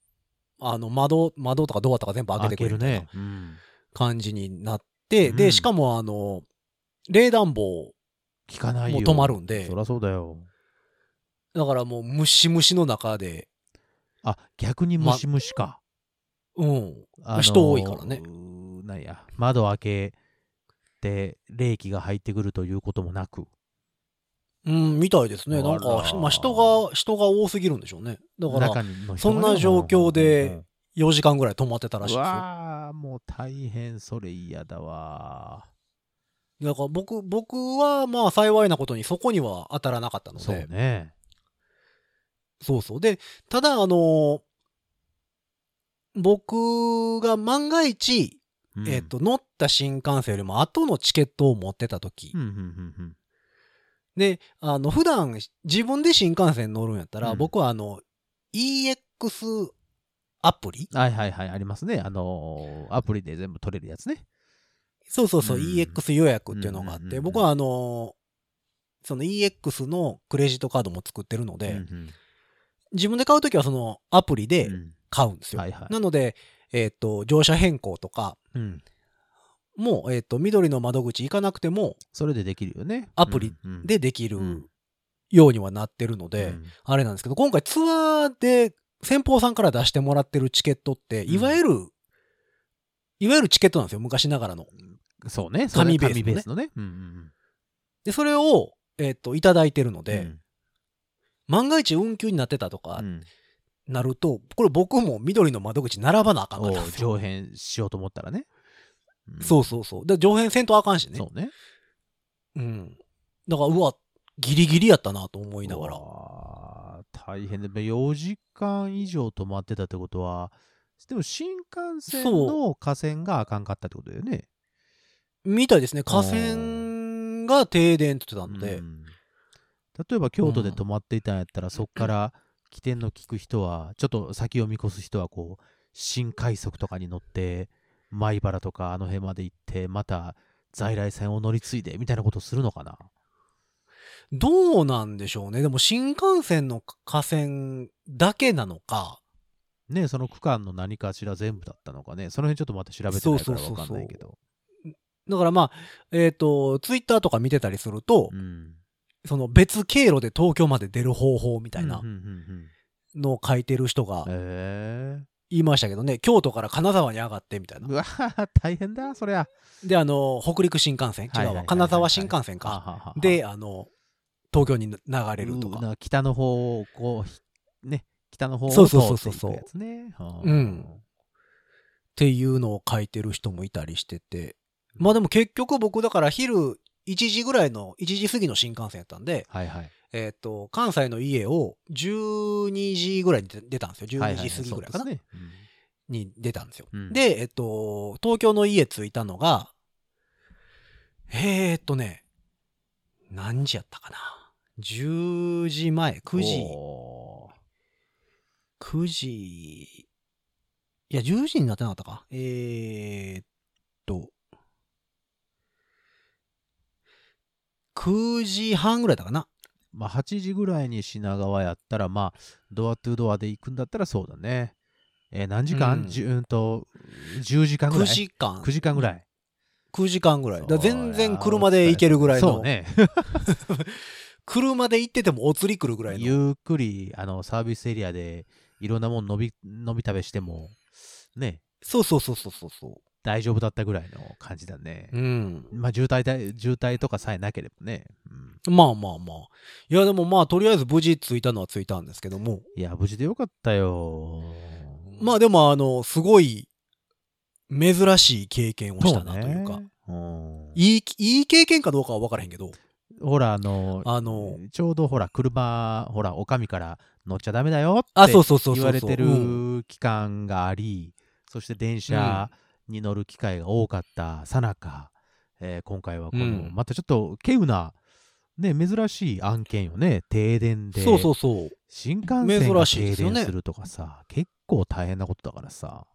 Speaker 2: あの、窓、窓とかドアとか全部開けてくれるみたいな
Speaker 3: ね、うん、
Speaker 2: 感じになって、
Speaker 3: う
Speaker 2: で、
Speaker 3: ん
Speaker 2: しかも、あの、冷暖房、
Speaker 3: 聞かないよ
Speaker 2: もう止まるんで
Speaker 3: そりゃそうだよ
Speaker 2: だからもう、ムシムシの中で、
Speaker 3: あ逆にムシムシか、
Speaker 2: うん、
Speaker 3: あのー
Speaker 2: 人多いからね
Speaker 3: うーなんや窓開けて冷気が入ってくるということもなく
Speaker 2: うん、みたいですね。なん
Speaker 3: あ
Speaker 2: か、
Speaker 3: ら
Speaker 2: まあ、人が、人が多すぎるんでしょうね。だから、
Speaker 3: 中にの人がね
Speaker 2: そんな状況で
Speaker 3: うんうん
Speaker 2: 4時間ぐらい止まってた
Speaker 3: う
Speaker 2: ら
Speaker 3: ん
Speaker 2: し
Speaker 3: う
Speaker 2: いですよ。
Speaker 3: わーもう大変それ嫌だわ
Speaker 2: だから僕、僕は、まあ、幸いなことにそこには当たらなかったので。
Speaker 3: そうね
Speaker 2: そうそう。で、ただ、あのー僕が万が一、
Speaker 3: うん
Speaker 2: えっ、と、乗った新幹線よりも後のチケットを持ってた時、
Speaker 3: うんうんうんうん
Speaker 2: で、あの、普段自分で新幹線乗るんやったら、
Speaker 3: うん
Speaker 2: 僕はあの、EX アプリ
Speaker 3: はいはいはいありますねあのーアプリで全部取れるやつね
Speaker 2: そうそうそう、
Speaker 3: うん
Speaker 2: EX 予約っていうのがあっ
Speaker 3: うんうんうん
Speaker 2: て、
Speaker 3: うん
Speaker 2: 僕はあのーその EX のクレジットカードも作ってるので、
Speaker 3: うん
Speaker 2: 自分で買うときはそのアプリ
Speaker 3: う
Speaker 2: で
Speaker 3: んうん
Speaker 2: 買うんですよ。
Speaker 3: はいはい
Speaker 2: なので、えっ、と、乗車変更とか、
Speaker 3: うん
Speaker 2: もう、えっ、と、緑の窓口行かなくても、
Speaker 3: それでできるよね
Speaker 2: アプリ
Speaker 3: うんうん
Speaker 2: でできる
Speaker 3: うん
Speaker 2: ようにはなってるので、
Speaker 3: うん
Speaker 2: あれなんですけど、今回ツアーで先方さんから出してもらってるチケットって、
Speaker 3: ん
Speaker 2: いわゆる、いわゆるチケットなんですよ、昔ながらの。
Speaker 3: そうね。
Speaker 2: 紙
Speaker 3: そ
Speaker 2: ベ
Speaker 3: れ
Speaker 2: ースのね
Speaker 3: 紙ベースのね。うんうん
Speaker 2: で、それを、えっ、と、いただいてるの
Speaker 3: うん
Speaker 2: で、万が一運休になってたとか
Speaker 3: う、ん
Speaker 2: なると、これ僕も緑の窓口並ばなあかんか
Speaker 3: お
Speaker 2: ったん
Speaker 3: う
Speaker 2: ですよ。
Speaker 3: 上辺しようと思ったらね。ん
Speaker 2: そうそうそう。で、上辺せんとあかんしね。
Speaker 3: そうね。
Speaker 2: うん。だから、うわ、ギリギリやったなと思いながら。
Speaker 3: ら。大変で、4時間以上止まってたってことは、でも新幹線の架線があかんかったってことだよね。
Speaker 2: みたいですね。河川が停電って言ってたので、
Speaker 3: うん例えば京都で止まっていたんやったら、そこから起点の聞く人はちょっと先を見越す人はこう新快速とかに乗って米原とかあの辺まで行ってまた在来線を乗り継いでみたいなことするのかな
Speaker 2: どうなんでしょうね。でも新幹線の河川だけなのか、
Speaker 3: ねその区間の何かしら全部だったのかねその辺ちょっとまた調べてないから分かんないけど
Speaker 2: だからまあ、えっ、と、ツイッターとか見てたりすると、
Speaker 3: うん
Speaker 2: その別経路で東京まで出る方法みたいな
Speaker 3: うんうんうん
Speaker 2: のを書いてる人が
Speaker 3: うんへえ
Speaker 2: 言いましたけどね、京都から金沢に上がってみたいな
Speaker 3: う。わ大変だそりゃ
Speaker 2: で、あの、北陸新幹線、
Speaker 3: は
Speaker 2: 違う
Speaker 3: いはいはい
Speaker 2: わ、
Speaker 3: はい
Speaker 2: 金沢新幹線か。
Speaker 3: か
Speaker 2: で、あの、東京に流れると
Speaker 3: うー
Speaker 2: か。
Speaker 3: な北の方をこうひね北の方を
Speaker 2: そう
Speaker 3: 通
Speaker 2: そうそう
Speaker 3: って
Speaker 2: そ
Speaker 3: いうくやつねはあ
Speaker 2: うんっていうのを書いてる人もいたりしてて。まあでも結局僕だから昼1時ぐらいの、1時過ぎの新幹線やったんで、
Speaker 3: はいはい
Speaker 2: えっ、と、関西の家を12時ぐらいに出出たんですよ。
Speaker 3: は
Speaker 2: 12
Speaker 3: いはい
Speaker 2: 時過ぎぐらいかな。
Speaker 3: そうですね
Speaker 2: に出たんですよ。
Speaker 3: うん
Speaker 2: で、えっ、と、東京の家着いたのが、えー、っとね、何時やったかな。10時前、
Speaker 3: うん
Speaker 2: 9時、
Speaker 3: おー
Speaker 2: 9時、いや、10時になってなかったか。えー、っと、 9時半ぐらいだかな。
Speaker 3: まあ、8時ぐらいに品川やったら、まあ、ドアトゥドアで行くんだったらそうだね。えー何時間、
Speaker 2: うん
Speaker 3: じゅうんと、10時間ぐら
Speaker 2: 9
Speaker 3: い。
Speaker 2: 時間。
Speaker 3: 9時間ぐらい。
Speaker 2: 9時間ぐらい。だから全
Speaker 3: そう
Speaker 2: 然
Speaker 3: や
Speaker 2: 車で行けるぐらい
Speaker 3: そう
Speaker 2: の。
Speaker 3: ね。
Speaker 2: 車で行っててもお釣り来るぐらいの。
Speaker 3: ゆっくり、あの、サービスエリアで、いろんなもの飲み、飲み食べしても、ね、
Speaker 2: そうそうそうそうそうそ
Speaker 3: 大丈夫だったぐらいの感じだね。
Speaker 2: う。うん。
Speaker 3: まあ、渋滞だ、渋滞とかさえなければね。うん
Speaker 2: まあまあまあ。いやでもまあとりあえず無事着いたのは着いたんですけども。
Speaker 3: いや、無事でよかったよ。
Speaker 2: まあでもあの、すごい珍しい経験をしたなというか。
Speaker 3: そうねうん
Speaker 2: いい、いい経験かどうかは分からへんけど。
Speaker 3: ほら、あの、
Speaker 2: あの、
Speaker 3: ちょうどほら、車、ほら、おかみから乗っちゃダメだよって
Speaker 2: あ、そうそうそうそうそう。
Speaker 3: 言われて
Speaker 2: うん
Speaker 3: る期間があり、そして電車に乗る機会が多かったさなか、えー今回はこの、
Speaker 2: うん
Speaker 3: またちょっと稀有な、ね、珍しい案件よね、停電で。
Speaker 2: そうそうそう。
Speaker 3: 新幹線が
Speaker 2: 珍しい
Speaker 3: 停
Speaker 2: ですよ
Speaker 3: 電
Speaker 2: ね
Speaker 3: するとかさ、結構大変なことだからさ、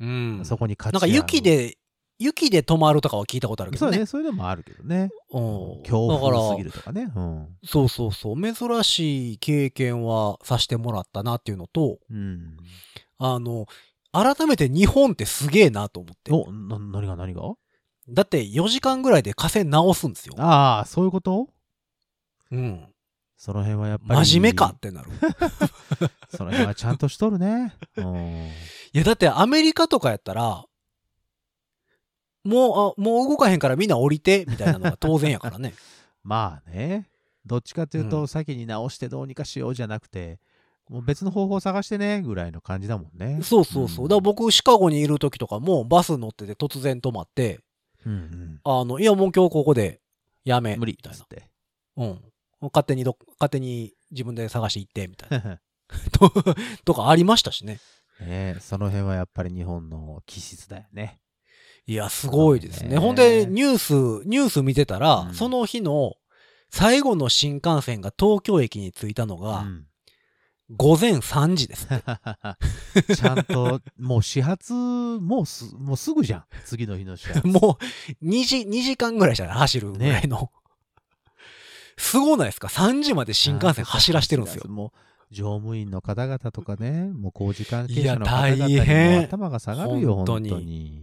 Speaker 2: うん。
Speaker 3: そこに価値
Speaker 2: なんか雪で、雪で止まるとかは聞いたことあるけ
Speaker 3: そ
Speaker 2: ど
Speaker 3: う
Speaker 2: ね。
Speaker 3: ね、そういうのもあるけどね。
Speaker 2: うん
Speaker 3: 強風す
Speaker 2: だから、
Speaker 3: ぎるとかね。うん。
Speaker 2: そうそうそう。珍しい経験はさせてもらったなっていうのと、
Speaker 3: うん、
Speaker 2: あの、改めて日本ってすげえなと思って。
Speaker 3: おな、何が何が
Speaker 2: だって4時間ぐらいで架線直すんですよ。
Speaker 3: ああ、そういうこと
Speaker 2: うん。
Speaker 3: その辺はやっぱり。
Speaker 2: 真面目かっ。てなる。
Speaker 3: その辺はちゃんとしとる ね。うん。
Speaker 2: いや、だってアメリカとかやったら、もう、あもう動かへんからみんな降りて、みたいなのが当然やから ね。
Speaker 3: まあね。どっちかというと、
Speaker 2: うん
Speaker 3: 先に直してどうにかしようじゃなくて、もう別の方法探してね、ぐらいの感じだもんね。
Speaker 2: そうそうそう。
Speaker 3: ん
Speaker 2: だから、僕、シカゴにいる時とかも、バス乗ってて突然止まって、
Speaker 3: うんうん、
Speaker 2: あの、いや、もう今日ここでやめ、
Speaker 3: 無理
Speaker 2: みたい
Speaker 3: っつ
Speaker 2: な
Speaker 3: っ。て。
Speaker 2: うん。もう勝手にど、勝手に自分で探して行って、みたいな。
Speaker 3: ね
Speaker 2: と、とかありましたしね。
Speaker 3: えその辺はやっぱり日本の気質だよね。
Speaker 2: いや、すごいです
Speaker 3: ね
Speaker 2: ね。ほんで、ニュース、ニュース見てたら、
Speaker 3: うん
Speaker 2: その日の最後の新幹線が東京駅に着いたの
Speaker 3: う
Speaker 2: が、
Speaker 3: ん
Speaker 2: 午前3時です。
Speaker 3: ちゃんと、もう始発、もうす、もうすぐじゃん。次の日の始発。
Speaker 2: もう、2時、2時間ぐらいじゃない走るぐらいの。すごないですか ?3 時まで 新幹線走らしてるんですよ。
Speaker 3: もう乗務員の方々とかね、もう工事関係者の方
Speaker 2: いや
Speaker 3: 々に
Speaker 2: 大変
Speaker 3: もう頭が下がるよ、本
Speaker 2: 本
Speaker 3: 当
Speaker 2: 当
Speaker 3: に。
Speaker 2: に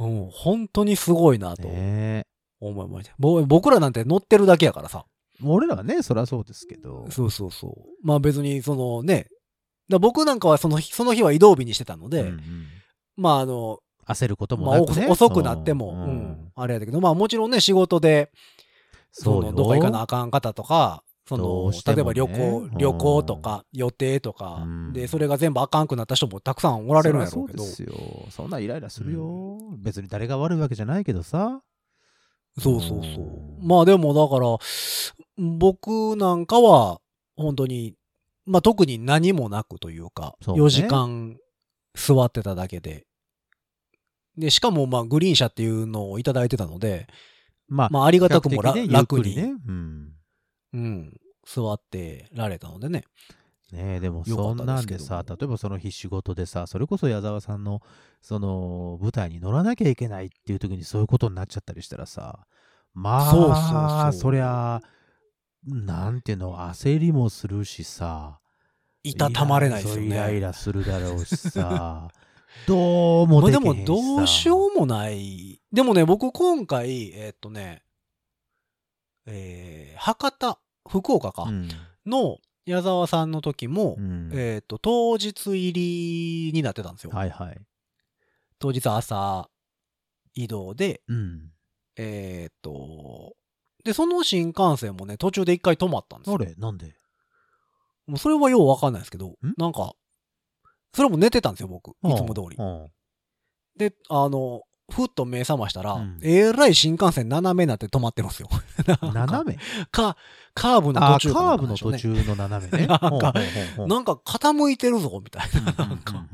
Speaker 2: うん、本当にすごいなと
Speaker 3: ねえ
Speaker 2: 思いました。ぼ僕らなんて乗ってるだけやからさ。
Speaker 3: もう俺らはね、そりゃそうですけど。
Speaker 2: そうそうそう。まあ別に、そのね、だ僕なんかはその日その日は移動日にしてたので、
Speaker 3: うんうん
Speaker 2: まああの、
Speaker 3: 焦ることも
Speaker 2: まあ、
Speaker 3: な
Speaker 2: お
Speaker 3: く、ね
Speaker 2: 遅くなっても、
Speaker 3: う
Speaker 2: うんんあれやだけど、まあ、もちろんね仕事で
Speaker 3: そ
Speaker 2: そう
Speaker 3: よ
Speaker 2: のどこ行かなあかん方とかそ
Speaker 3: ど
Speaker 2: の、
Speaker 3: うしてもね
Speaker 2: 例えば旅行
Speaker 3: うん
Speaker 2: 旅行とか予定とか、
Speaker 3: うん
Speaker 2: でそれが全部あかんくなった人もたくさんおられるんやろうけど
Speaker 3: そ
Speaker 2: そ
Speaker 3: りゃそうですよ。そんなイライラするよ、別に誰が悪いわけじゃないけどさ。
Speaker 2: うそうそう、
Speaker 3: うん
Speaker 2: まあでもだから僕なんかは本当にまあ特に何もなくというか
Speaker 3: そうね
Speaker 2: 4時間座ってただけで。で、しかも、まあ、グリーン車っていうのをいただいてたので、
Speaker 3: まあ、
Speaker 2: まあ、ありがたくもら
Speaker 3: 比較的ね
Speaker 2: 楽
Speaker 3: ゆっ
Speaker 2: に
Speaker 3: くりね。うん
Speaker 2: うん、座ってられたのでね。
Speaker 3: ねえでも
Speaker 2: よか
Speaker 3: そ
Speaker 2: っ
Speaker 3: ん
Speaker 2: た
Speaker 3: な
Speaker 2: で
Speaker 3: んです
Speaker 2: けど
Speaker 3: さ例えばその日仕事でさそれこそ矢沢さんのその舞台に乗らなきゃいけないっていう時にそういうことになっちゃったりしたらさまあ
Speaker 2: そうそう
Speaker 3: そ
Speaker 2: そう
Speaker 3: りゃなんていうの焦りもするしさ
Speaker 2: いたたまれないですよ
Speaker 3: イライラそうイライ
Speaker 2: ね。
Speaker 3: ラするだろうしさ どうも
Speaker 2: まあ
Speaker 3: で
Speaker 2: で
Speaker 3: きへん
Speaker 2: も
Speaker 3: しさ
Speaker 2: どうしようもない。でもね、僕今回、えーっとね、えー博多、福岡か、
Speaker 3: うん
Speaker 2: の矢沢さんの時も、
Speaker 3: うん
Speaker 2: えーっと、当日入りになってたんですよ。
Speaker 3: はいはい
Speaker 2: 当日朝移動で、
Speaker 3: うん
Speaker 2: えーっと、で、その新幹線もね、途中で一回止まったんです
Speaker 3: あ
Speaker 2: よ。
Speaker 3: れなんで
Speaker 2: もうそれはようわかんないですけど、なんか、それも寝てたんですよ、僕。いつも通り
Speaker 3: う。んうん
Speaker 2: で、あの、ふっと目覚ましたら、
Speaker 3: うん
Speaker 2: えらい新幹線斜めになって止まってるんですよ。 なんか
Speaker 3: 斜め
Speaker 2: かカーブの
Speaker 3: あ
Speaker 2: 途
Speaker 3: カ
Speaker 2: 中かな
Speaker 3: ーブの途。中の斜めね
Speaker 2: なんか
Speaker 3: ほうほうほうほう
Speaker 2: なんか傾いてるぞ、みたいな。なんか。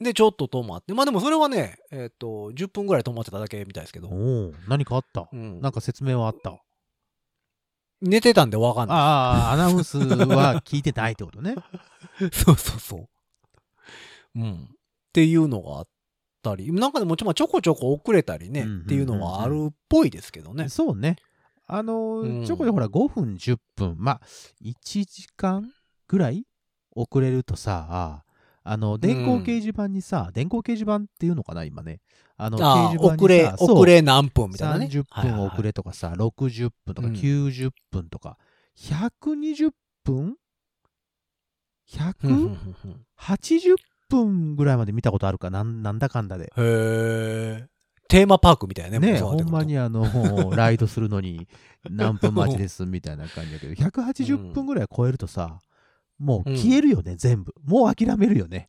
Speaker 2: で、ちょっと止まって。まあでもそれはね、えっ、と、10分ぐらい止まってただけみたいですけど。
Speaker 3: おお何かあった、
Speaker 2: うん
Speaker 3: なんか説明はあった
Speaker 2: 寝てたんでわかんな
Speaker 3: ああアナウンスは聞いてないってことね
Speaker 2: い。そうそうそう。うん。っていうのがあったり、なんかでもちょまあちょこちょこ遅れたりね、
Speaker 3: うんうんうんう
Speaker 2: っ
Speaker 3: ん
Speaker 2: ていうのはあるっぽいですけどね。
Speaker 3: そうねあのー
Speaker 2: うん
Speaker 3: ちょこちょこほら5分10分まあ1時間ぐらい遅れるとさあの電光掲示板にさ、電光掲示板っていうのかな今ねあの
Speaker 2: あ
Speaker 3: 掲
Speaker 2: あ、
Speaker 3: 示板にさ
Speaker 2: 遅れ、
Speaker 3: そう
Speaker 2: 遅れ何分みたいなね。
Speaker 3: 30
Speaker 2: はいはい
Speaker 3: 分
Speaker 2: はい
Speaker 3: 遅れとかさ、60分とか
Speaker 2: うん
Speaker 3: 90分とか、120分
Speaker 2: うんうんうん
Speaker 3: ?180
Speaker 2: うん
Speaker 3: 分ぐらいまで見たことあるかなんなんだかんだで。
Speaker 2: へえ。テーマパークみたいなね。
Speaker 3: ね
Speaker 2: もうそう
Speaker 3: ほ
Speaker 2: なってくると
Speaker 3: んまにあの ライドするのに何分待ちですみたいな感じだけど180分ぐらい超えるとさもう消えるよね、全部もう諦めるよね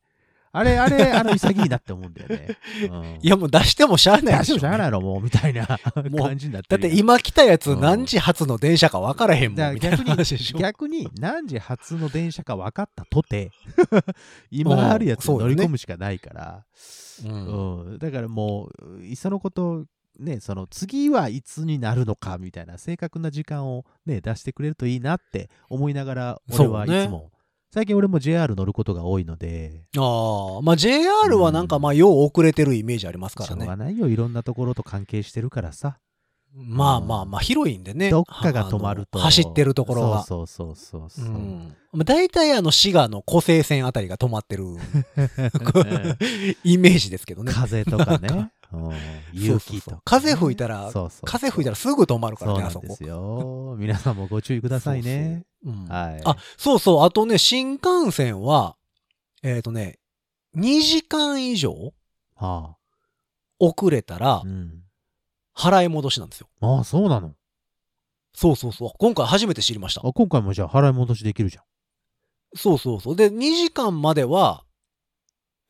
Speaker 3: あれあれ あの潔いなって思うんだよね、うん、
Speaker 2: いや、もう出してもしゃあない
Speaker 3: 大
Speaker 2: でしょ
Speaker 3: 丈夫じゃないのもうみたいな
Speaker 2: もう
Speaker 3: 感じになって
Speaker 2: だって
Speaker 3: るよ
Speaker 2: 今来たやつ何時発の電車か分からへんも
Speaker 3: だか
Speaker 2: ん
Speaker 3: ら
Speaker 2: みたいな
Speaker 3: 逆に
Speaker 2: 話でしょ。
Speaker 3: 逆に何時発の電車か分かったとて 今あるやつに乗り込むしかないから、
Speaker 2: う
Speaker 3: うん
Speaker 2: ん
Speaker 3: だからもういっそのことねその次はいつになるのかみたいな正確な時間を、ね、出してくれるといいなって思いながら俺はい
Speaker 2: そうね
Speaker 3: つも、最近俺も JR 乗ることが多いので。
Speaker 2: ああ、まあ JR はなんかまあよう遅れてるイメージありますか
Speaker 3: し
Speaker 2: ら
Speaker 3: ょう
Speaker 2: ね
Speaker 3: が。ないよいろんなところと関係してるからさ、
Speaker 2: まあまあまあ広いんでね。
Speaker 3: どっかが止まる
Speaker 2: あ
Speaker 3: と
Speaker 2: の走ってるところが。
Speaker 3: そうそうそうそう
Speaker 2: う
Speaker 3: そう、
Speaker 2: んまあ大体あの滋賀の湖西線あたりが止まってる イメージですけどね。
Speaker 3: 風とかね、うん
Speaker 2: そう
Speaker 3: 勇
Speaker 2: そう
Speaker 3: 気
Speaker 2: そ
Speaker 3: と
Speaker 2: う
Speaker 3: かね、
Speaker 2: 風吹いたら
Speaker 3: そうそうそう
Speaker 2: 風吹いたらすぐ止まるからね、あそ
Speaker 3: そ
Speaker 2: う
Speaker 3: なん
Speaker 2: こ
Speaker 3: で。すよ。皆さんもご注意くださいね。
Speaker 2: そうそう。うん
Speaker 3: はい。
Speaker 2: あ、そうそう。あとね、新幹線は、えっ、とね、2時間以上
Speaker 3: は
Speaker 2: 遅れたら
Speaker 3: あ、うん。
Speaker 2: 払い戻しなんですよ。
Speaker 3: ああ、そうなの。
Speaker 2: そうそうそう。今回初めて知りました。
Speaker 3: あ、今回もじゃあ払い戻しできるじゃん。
Speaker 2: そうそうそう。で、2時間までは、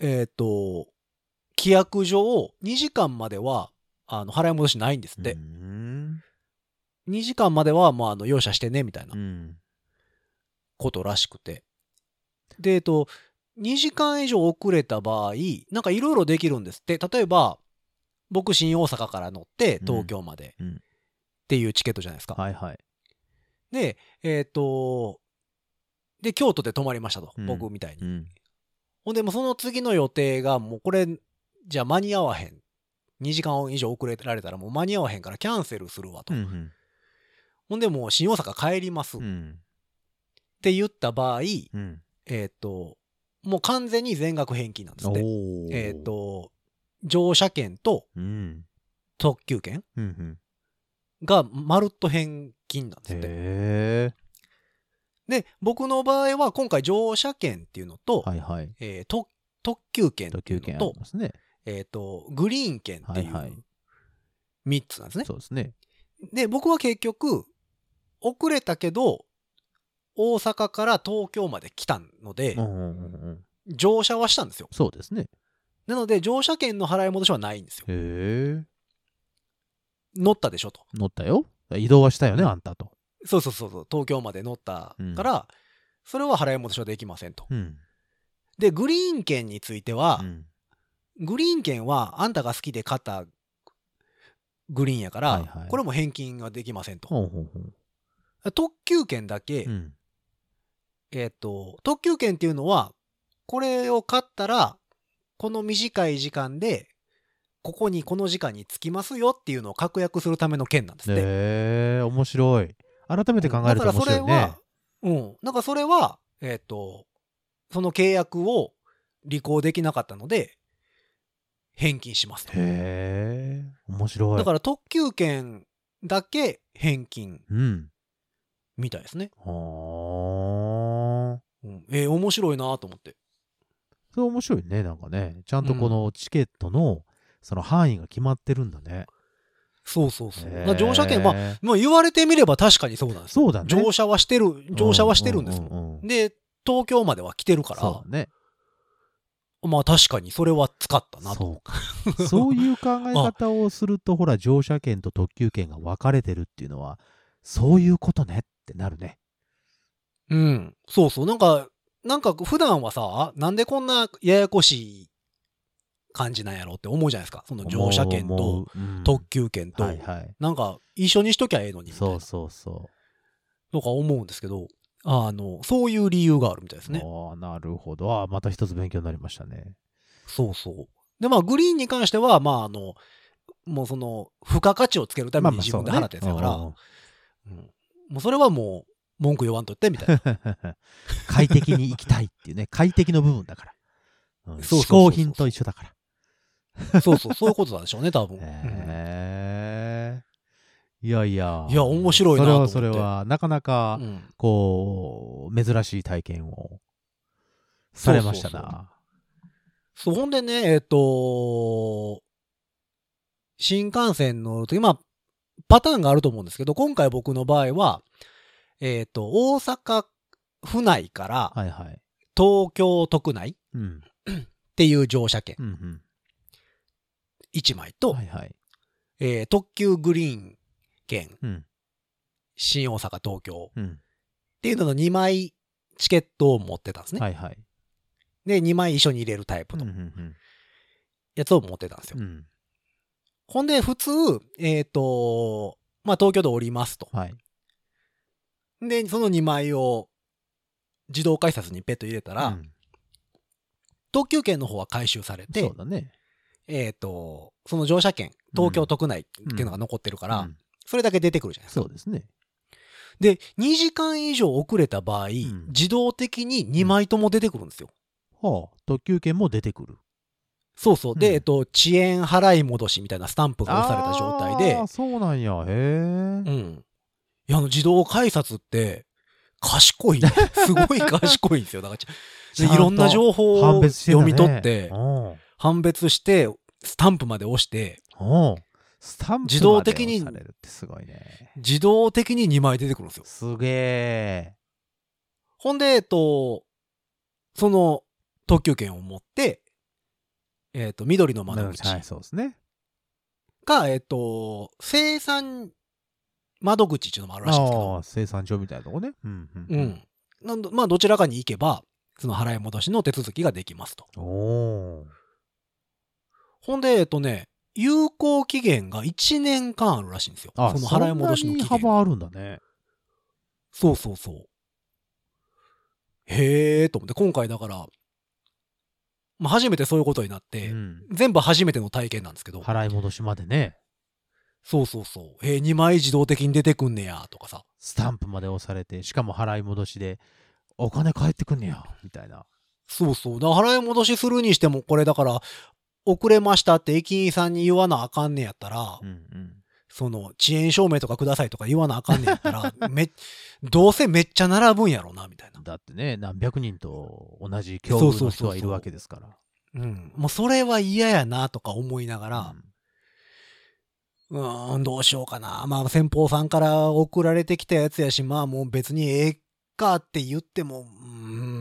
Speaker 2: えっ、と、規約上、2時間までは、あの、払い戻しないんですって
Speaker 3: う。ん。
Speaker 2: 2時間までは、まあ、あの、容赦してね、みたいな
Speaker 3: うん。
Speaker 2: ことらしくて。で、えっと、2時間以上遅れた場合、なんかいろいろできるんですって。例えば、僕、新大阪から乗って、東京まで、
Speaker 3: うんうん
Speaker 2: っていうチケットじゃないですか。
Speaker 3: はいはい。
Speaker 2: で、えっ、と、で、京都で泊まりましたと。
Speaker 3: うん
Speaker 2: 僕みたいに。
Speaker 3: うん。
Speaker 2: ほんで、もうその次の予定が、もうこれ、じゃあ間に合わへん。2時間以上遅れられたらもう間に合わへんからキャンセルするわと。
Speaker 3: うん。
Speaker 2: ほんで、もう新大阪帰りますっ
Speaker 3: うん。
Speaker 2: て言った場合、
Speaker 3: うん。
Speaker 2: えっ、と、もう完全に全額返金なんですって。
Speaker 3: おー
Speaker 2: えっ、。と、乗車券と
Speaker 3: うん。
Speaker 2: 特急券
Speaker 3: うんうん。
Speaker 2: がまるっと返金なんですって。
Speaker 3: へえ。
Speaker 2: で、僕の場合は今回乗車券っていうのと、
Speaker 3: はいはい。
Speaker 2: えーと特急券っ
Speaker 3: 特
Speaker 2: てい
Speaker 3: 急
Speaker 2: うの
Speaker 3: 券あり
Speaker 2: と、
Speaker 3: ますね。
Speaker 2: えっ、と、グリーン券ってい
Speaker 3: はいはいう
Speaker 2: 3つなんですね。
Speaker 3: そうですね。
Speaker 2: で、僕は結局、遅れたけど、大阪から東京まで来たので
Speaker 3: う、んうんうんうん。
Speaker 2: 乗車はしたんですよ。
Speaker 3: そうですね。
Speaker 2: なので、乗車券の払い戻しはないんですよ。
Speaker 3: へえ。
Speaker 2: 乗ったでしょと。
Speaker 3: 乗ったよ。移動はしたよね、あんたと。
Speaker 2: そうそうそうそう、東京まで乗ったから、それは払い戻しはできませんと。
Speaker 3: うん。
Speaker 2: で、グリーン券については、
Speaker 3: うん
Speaker 2: グリーン券はあんたが好きで買ったグリーンやから、
Speaker 3: はいはい
Speaker 2: これも返金ができませんと。
Speaker 3: ほうほうほう。
Speaker 2: 特急券だけ、
Speaker 3: うん。
Speaker 2: えっ、と、特急券っていうのは、これを買ったら、この短い時間で、ここにこの時間に着きますよっていうのを確約するための券なんですって。
Speaker 3: へえ面白い改めて考えると
Speaker 2: だから
Speaker 3: 面白
Speaker 2: それ
Speaker 3: いね
Speaker 2: は、うん。なんかそれは、えっ、と、その契約を履行できなかったので、返金しますと。
Speaker 3: へえ面白い
Speaker 2: だから特急券だけ返金
Speaker 3: うん
Speaker 2: みたいですね。
Speaker 3: はあ
Speaker 2: うん、えー面白いなと思って。
Speaker 3: それ面白いねなんかねちゃんとこのチケットのその範囲が決まってるんだね、
Speaker 2: そうそうそう。
Speaker 3: へ
Speaker 2: だ
Speaker 3: え
Speaker 2: から乗車券、まあ、まあ言われてみれば確かにそうなんですよ
Speaker 3: そうだね
Speaker 2: 乗車はしてる乗車はしてるんですもん,、
Speaker 3: ううう
Speaker 2: で東京までは来てるから
Speaker 3: そうだね
Speaker 2: まあ確かにそれは使ったなと
Speaker 3: そうかそういう考え方をするとほら乗車券と特急券が分かれてるっていうのはそういうことねってなるね
Speaker 2: うんそうそうなんかなんか普段はさなんでこんなややこしい感じなんやろうって思うじゃないですかその乗車券
Speaker 3: 思
Speaker 2: と
Speaker 3: う思ううん
Speaker 2: 特急券と、
Speaker 3: はいはい
Speaker 2: なんか一緒にしときゃええのにみたい
Speaker 3: そ
Speaker 2: な
Speaker 3: うそうそう
Speaker 2: とか思うんですけどあのそういう理由があるみたいですね
Speaker 3: ああ、なるほど。ああ、また一つ勉強になりましたね。
Speaker 2: そうそうでまあグリーンに関してはまああのもうその付加価値をつけるために自分で払ったやつだから、
Speaker 3: うんうん
Speaker 2: うんもうそれはもう文句言わんとってみたいな
Speaker 3: 快適に行きたいっていうね、快適の部分だから。うん
Speaker 2: そうそうそうそう
Speaker 3: 嗜好品と一緒だから。
Speaker 2: そうそうそういうことなんでしょうね多分、うん
Speaker 3: へえ。いやいや。
Speaker 2: いや面白いなと思って
Speaker 3: それはそれは、なかなか、
Speaker 2: うん
Speaker 3: こう、珍しい体験をされました
Speaker 2: そうそうそう
Speaker 3: な。
Speaker 2: そうほんでねえっ、と新幹線の時まあパターンがあると思うんですけど今回僕の場合はえっ、と大阪府内から
Speaker 3: はいはい。
Speaker 2: 東京都区内っ
Speaker 3: うん。
Speaker 2: ていう乗車券
Speaker 3: うん
Speaker 2: 1枚
Speaker 3: うん。
Speaker 2: と、
Speaker 3: はいはい。
Speaker 2: えー特急グリーン券
Speaker 3: うん。
Speaker 2: 新大阪東京
Speaker 3: うん。
Speaker 2: っていうのの2枚チケットを持ってたんですね、
Speaker 3: はいはい。
Speaker 2: で2枚一緒に入れるタイプ
Speaker 3: うんう
Speaker 2: の
Speaker 3: ん
Speaker 2: やつを持ってたんですよ、
Speaker 3: うん。うん。
Speaker 2: ほんで普通えっ、とまあ東京で降りますと
Speaker 3: はい。
Speaker 2: でその2枚を自動改札にペット入れたら、
Speaker 3: うん
Speaker 2: 特急券の方は回収されて
Speaker 3: そうだね。
Speaker 2: えっ、とその乗車券東京都区内っていうのが残ってるから、
Speaker 3: うん
Speaker 2: それだけ出てくるじゃないですか
Speaker 3: そうですね。
Speaker 2: で、2時間以上遅れた場合、
Speaker 3: ん
Speaker 2: 自動的に2枚とも出てくるんですよ。
Speaker 3: はあ、特急券も出てくる。
Speaker 2: そうそう。で、
Speaker 3: うん
Speaker 2: えっと、遅延払い戻しみたいなスタンプが押された状態で
Speaker 3: あー、そうなんや。
Speaker 2: う
Speaker 3: へえ。
Speaker 2: ん。いや、あの、自動改札って、賢いね、すごい賢いんですよ。だからち
Speaker 3: ちゃんと
Speaker 2: でいろんな情報
Speaker 3: 判
Speaker 2: を
Speaker 3: 別してた
Speaker 2: 読
Speaker 3: ね
Speaker 2: み取って
Speaker 3: う、ん
Speaker 2: 判別して、スタンプまで押して、
Speaker 3: うんスタンプまで
Speaker 2: 自動的に
Speaker 3: 押されるってすごいね。
Speaker 2: 自動的に2枚出てくるんですよ。
Speaker 3: すげえ。
Speaker 2: ほんで、えっと、その特急券を持って、えっと、緑の窓口。
Speaker 3: はい、そうですね。
Speaker 2: か、えっと、生産窓口っていうのもあるらしいんですけ
Speaker 3: あ
Speaker 2: ど
Speaker 3: あ、、生産所みたいなとこね。うんうん
Speaker 2: う。ん。なんどまあ、どちらかに行けば、その払い戻しの手続きができますと。
Speaker 3: おお
Speaker 2: ほんで、えっとね、有効期限が1年間あるらしいんですよ。
Speaker 3: ー。あ
Speaker 2: その払い戻しの期
Speaker 3: そんなに
Speaker 2: 限。
Speaker 3: 幅あるんだね。
Speaker 2: そうそうそう。へえーと思って、今回だから、まあ、初めてそういうことになって、
Speaker 3: うん
Speaker 2: 全部初めての体験なんですけど、
Speaker 3: 払い戻しまでね。
Speaker 2: そうそうそう。へえ、2枚自動的に出てくんねや、とかさ。
Speaker 3: スタンプまで押されて、しかも払い戻しで、お金返ってくんねや、みたいな。
Speaker 2: そうそう。だから払い戻しするにしても、これだから、遅れましたって駅員さんに言わなあかんねやったら、
Speaker 3: うんうん。
Speaker 2: その、遅延証明とかくださいとか言わなあかんねやった ら、め、どうせめっちゃ並ぶんやろな、みたいな。
Speaker 3: だってね、何百人と同じ境遇の人はいるわけですから。
Speaker 2: うん。もうそれは嫌やな、とか思いながら、うーん、どうしようかな。まあ、先方さんから送られてきたやつやし、まあもう別にええかって言っても、うー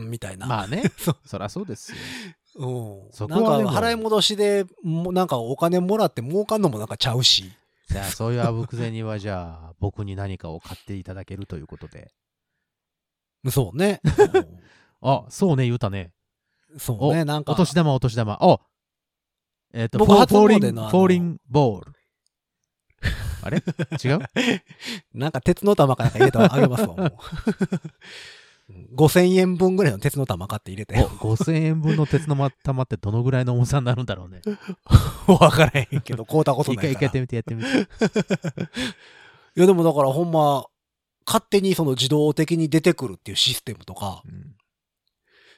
Speaker 2: ん、みたいな。
Speaker 3: まあね
Speaker 2: そう、
Speaker 3: そりゃそうですよ。
Speaker 2: うん。
Speaker 3: そこ
Speaker 2: な
Speaker 3: は
Speaker 2: んか
Speaker 3: でも
Speaker 2: 払い戻しで、もなんかお金もらって儲かんのもなんかちゃうし。
Speaker 3: じゃあ、そういうあぶく銭は、じゃあ、僕に何かを買っていただけるということで。
Speaker 2: そうね。
Speaker 3: あ、そうね、言うたね。
Speaker 2: そうね、なんか。
Speaker 3: お年玉、お年玉。あえっ、と、
Speaker 2: 僕
Speaker 3: フォー
Speaker 2: 初
Speaker 3: フォーリ
Speaker 2: 詣
Speaker 3: ン、フ
Speaker 2: のあの
Speaker 3: ォーリン ボール。あれ違う
Speaker 2: なんか鉄の玉かなんか入れたらあげますわ、も う。5000円分ぐらいの鉄の玉買って入れて。
Speaker 3: お ?5000 円分の鉄の玉ってどのぐらいの重さになるんだろうね。
Speaker 2: わからへんけど、買うたこと
Speaker 3: 一
Speaker 2: ない
Speaker 3: 回一
Speaker 2: か
Speaker 3: 回
Speaker 2: ら。
Speaker 3: やってみて、やってみ て。
Speaker 2: いや、でもだからほんま、勝手にその自動的に出てくるっていうシステムとか、
Speaker 3: うん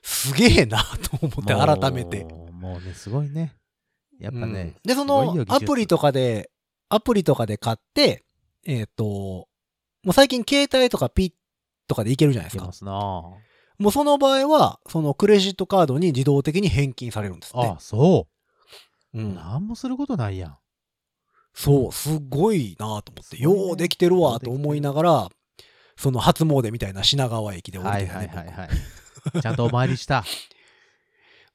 Speaker 2: すげえなと思って、
Speaker 3: もう
Speaker 2: 改めて。
Speaker 3: もうね、すごいね。やっぱ
Speaker 2: う
Speaker 3: ね。
Speaker 2: んで、そ
Speaker 3: すごいよ
Speaker 2: の
Speaker 3: 技
Speaker 2: ア
Speaker 3: 術
Speaker 2: プリとかで、アプリとかで買って、えっ、と、もう最近携帯とかピッとかでいけるじゃないで
Speaker 3: い
Speaker 2: す
Speaker 3: け
Speaker 2: か
Speaker 3: ま。すなあ
Speaker 2: もうその場合は、そのクレジットカードに自動的に返金されるんですって
Speaker 3: あ、。そうう。
Speaker 2: ん
Speaker 3: なんもすることないやん。
Speaker 2: そう、すごいなと思って、
Speaker 3: すごいね
Speaker 2: ようできてるわと思いながら、その初詣みたいな品川駅で降り
Speaker 3: は
Speaker 2: て
Speaker 3: い
Speaker 2: るね、
Speaker 3: はいはいはい。ちゃんとお参りした。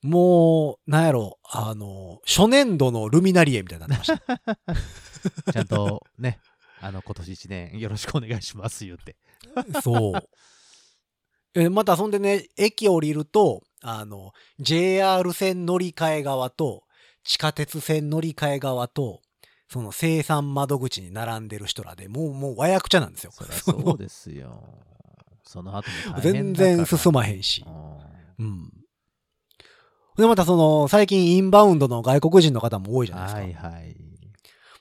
Speaker 2: 僕もう、なんやろ、あの、初年度のルミナリエみたいになってました。
Speaker 3: ちゃんとね、あの、今年一年よろしくお願いします、言って。
Speaker 2: そう。えまたそんでね、駅降りると、あの、JR 線乗り換え側と、地下鉄線乗り換え側と、その生産窓口に並んでる人らでもう、もう和訳茶なんですよ。
Speaker 3: そりゃそうですよ。その後も大
Speaker 2: 全
Speaker 3: 変だから
Speaker 2: 然進まへんし
Speaker 3: う。ん
Speaker 2: うん。で、またその、最近インバウンドの外国人の方も多いじゃないですか。
Speaker 3: はいはい。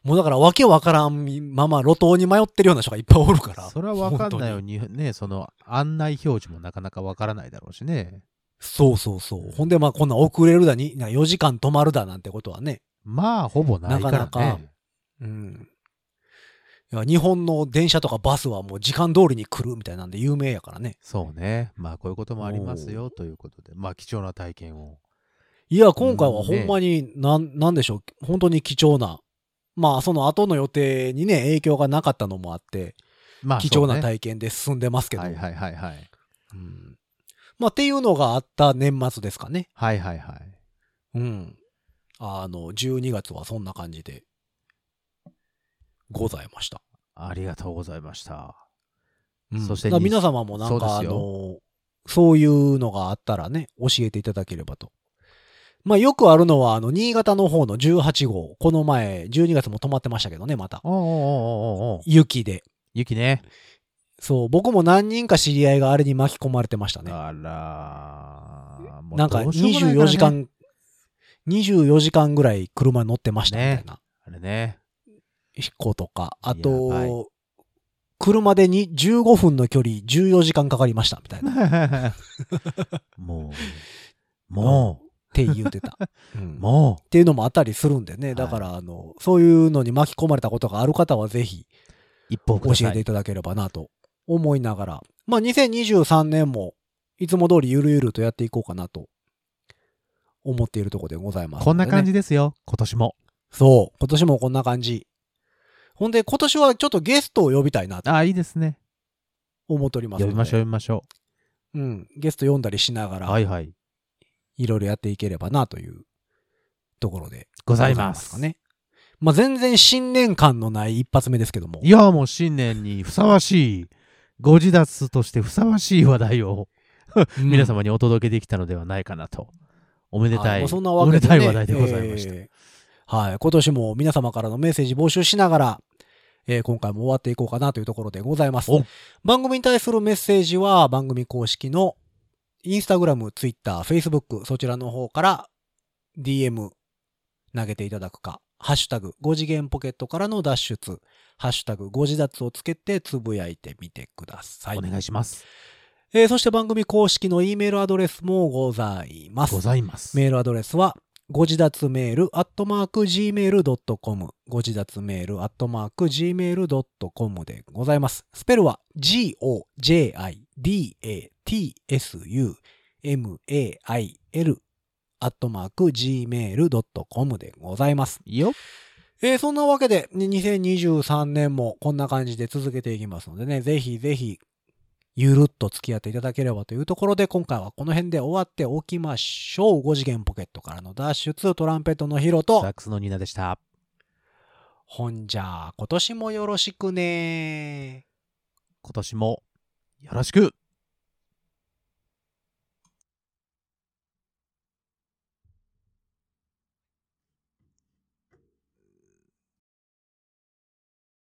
Speaker 2: もうだからわけわからんまま路頭に迷ってるような人がいっぱいおるから。
Speaker 3: それは分かんないよ
Speaker 2: 本当に。
Speaker 3: にねその案内表示もなかなか分からないだろうしね
Speaker 2: そうそうそう。ほんでまあこんな遅れるだに、な4時間止まるだなんてことはね。
Speaker 3: まあほぼないからね
Speaker 2: なかなかうん。いや日本の電車とかバスはもう時間通りに来るみたいなんで有名やからね。
Speaker 3: そうねまあこういうこともありますよということでまあ貴重な体験を
Speaker 2: いや、今回はほんまに、なん、なんでしょう。本当に貴重な。まあ、その後の予定にね、影響がなかったのもあって、
Speaker 3: まあ
Speaker 2: 貴重な
Speaker 3: そうね
Speaker 2: 体験で進んでますけど。
Speaker 3: はいはいはいはい
Speaker 2: うんまあ、っていうのがあった年末ですかね。
Speaker 3: はいはいはい
Speaker 2: うん。あの、12月はそんな感じで、ございました。
Speaker 3: ありがとうございました
Speaker 2: うん
Speaker 3: そして
Speaker 2: だから皆様もなんか、
Speaker 3: そう
Speaker 2: あ
Speaker 3: です
Speaker 2: の、そういうのがあったらね、教えていただければと。まあ、よくあるのは、あの、新潟の方の18号。この前、12月も止まってましたけどね、また。
Speaker 3: おうおうおうおうおう
Speaker 2: 雪で。
Speaker 3: 雪ね
Speaker 2: そう、僕も何人か知り合いがあれに巻き込まれてましたね。
Speaker 3: あらーもう
Speaker 2: なんか
Speaker 3: どうしようもないらね
Speaker 2: 24時間、24時間ぐらい車に乗ってましたみたいな
Speaker 3: あれ ね
Speaker 2: 飛行とか、あ
Speaker 3: やばい
Speaker 2: と、車でに15分の距離14時間かかりましたみたいな
Speaker 3: もう、も
Speaker 2: って言うて た。うん
Speaker 3: う、も
Speaker 2: っていうのもあったりするんでね、だから、あの、そういうのに巻き込まれたことがある方はぜひ
Speaker 3: う、一歩く
Speaker 2: 教
Speaker 3: ださ
Speaker 2: えて
Speaker 3: い
Speaker 2: い。ただければなと思いながら、まあ2023年もいつも通りゆるゆるとやっていこうかなと思っているところでございます、
Speaker 3: こんな感じ
Speaker 2: でね。
Speaker 3: ですよ、今年も。
Speaker 2: そう、今年もこんな感じ。ほんで今年はちょっとゲストを呼びたいなと
Speaker 3: あ、いいですね。
Speaker 2: 思っております
Speaker 3: 呼びましょ
Speaker 2: う。
Speaker 3: う、呼びましょ
Speaker 2: うん、ゲスト呼んだりしなが
Speaker 3: う。
Speaker 2: ら、
Speaker 3: はいいはい。
Speaker 2: ろいろやっていければなというところで
Speaker 3: ございます。
Speaker 2: かね。まあ全然新年感のない一発目ですけども
Speaker 3: い。や、もう新年にふさわしい、ご自立としてふさわしい話題を
Speaker 2: うん
Speaker 3: 皆様にお届けできたのではないかなと。おめでた
Speaker 2: はい
Speaker 3: い、
Speaker 2: もうそんな
Speaker 3: お
Speaker 2: わけ
Speaker 3: め
Speaker 2: で、
Speaker 3: で
Speaker 2: ね、
Speaker 3: たい話題でございました。
Speaker 2: えーはい。今年も皆様からのメッセージ募集しながら、えー今回も終わっていこうかなというところでございます
Speaker 3: お。
Speaker 2: 番組に対するメッセージは番組公式のインスタグラム、ツイッター、フェイスブック、そちらの方から DM 投げていただくか、ハッシュタグ5次元ポケットからの脱出、ハッシュタグ5次脱をつけてつぶやいてみてください。
Speaker 3: お願いします。
Speaker 2: えーそして番組公式の E メールアドレスもございます
Speaker 3: ご。ざいます。
Speaker 2: メールアドレスは、ご自立メールアットマーク Gmail.com ご自立メールアットマーク Gmail.com でございます。スペルは G-O-J-I-D-A-T-S-U-M-A-I-L アットマーク Gmail.com でございます。
Speaker 3: よ。
Speaker 2: えーそんなわけで、に2023年もこんな感じで続けていきますのでね、ぜひぜひ、ゆるっと付き合っていただければというところで、今回はこの辺で終わっておきましょう。5次元ポケットからの脱出、トランペットのヒロ
Speaker 3: サ
Speaker 2: と
Speaker 3: ッ、クスのニーナでした。
Speaker 2: ほんじゃあ、今年もよろしくね
Speaker 3: 今年もよろしく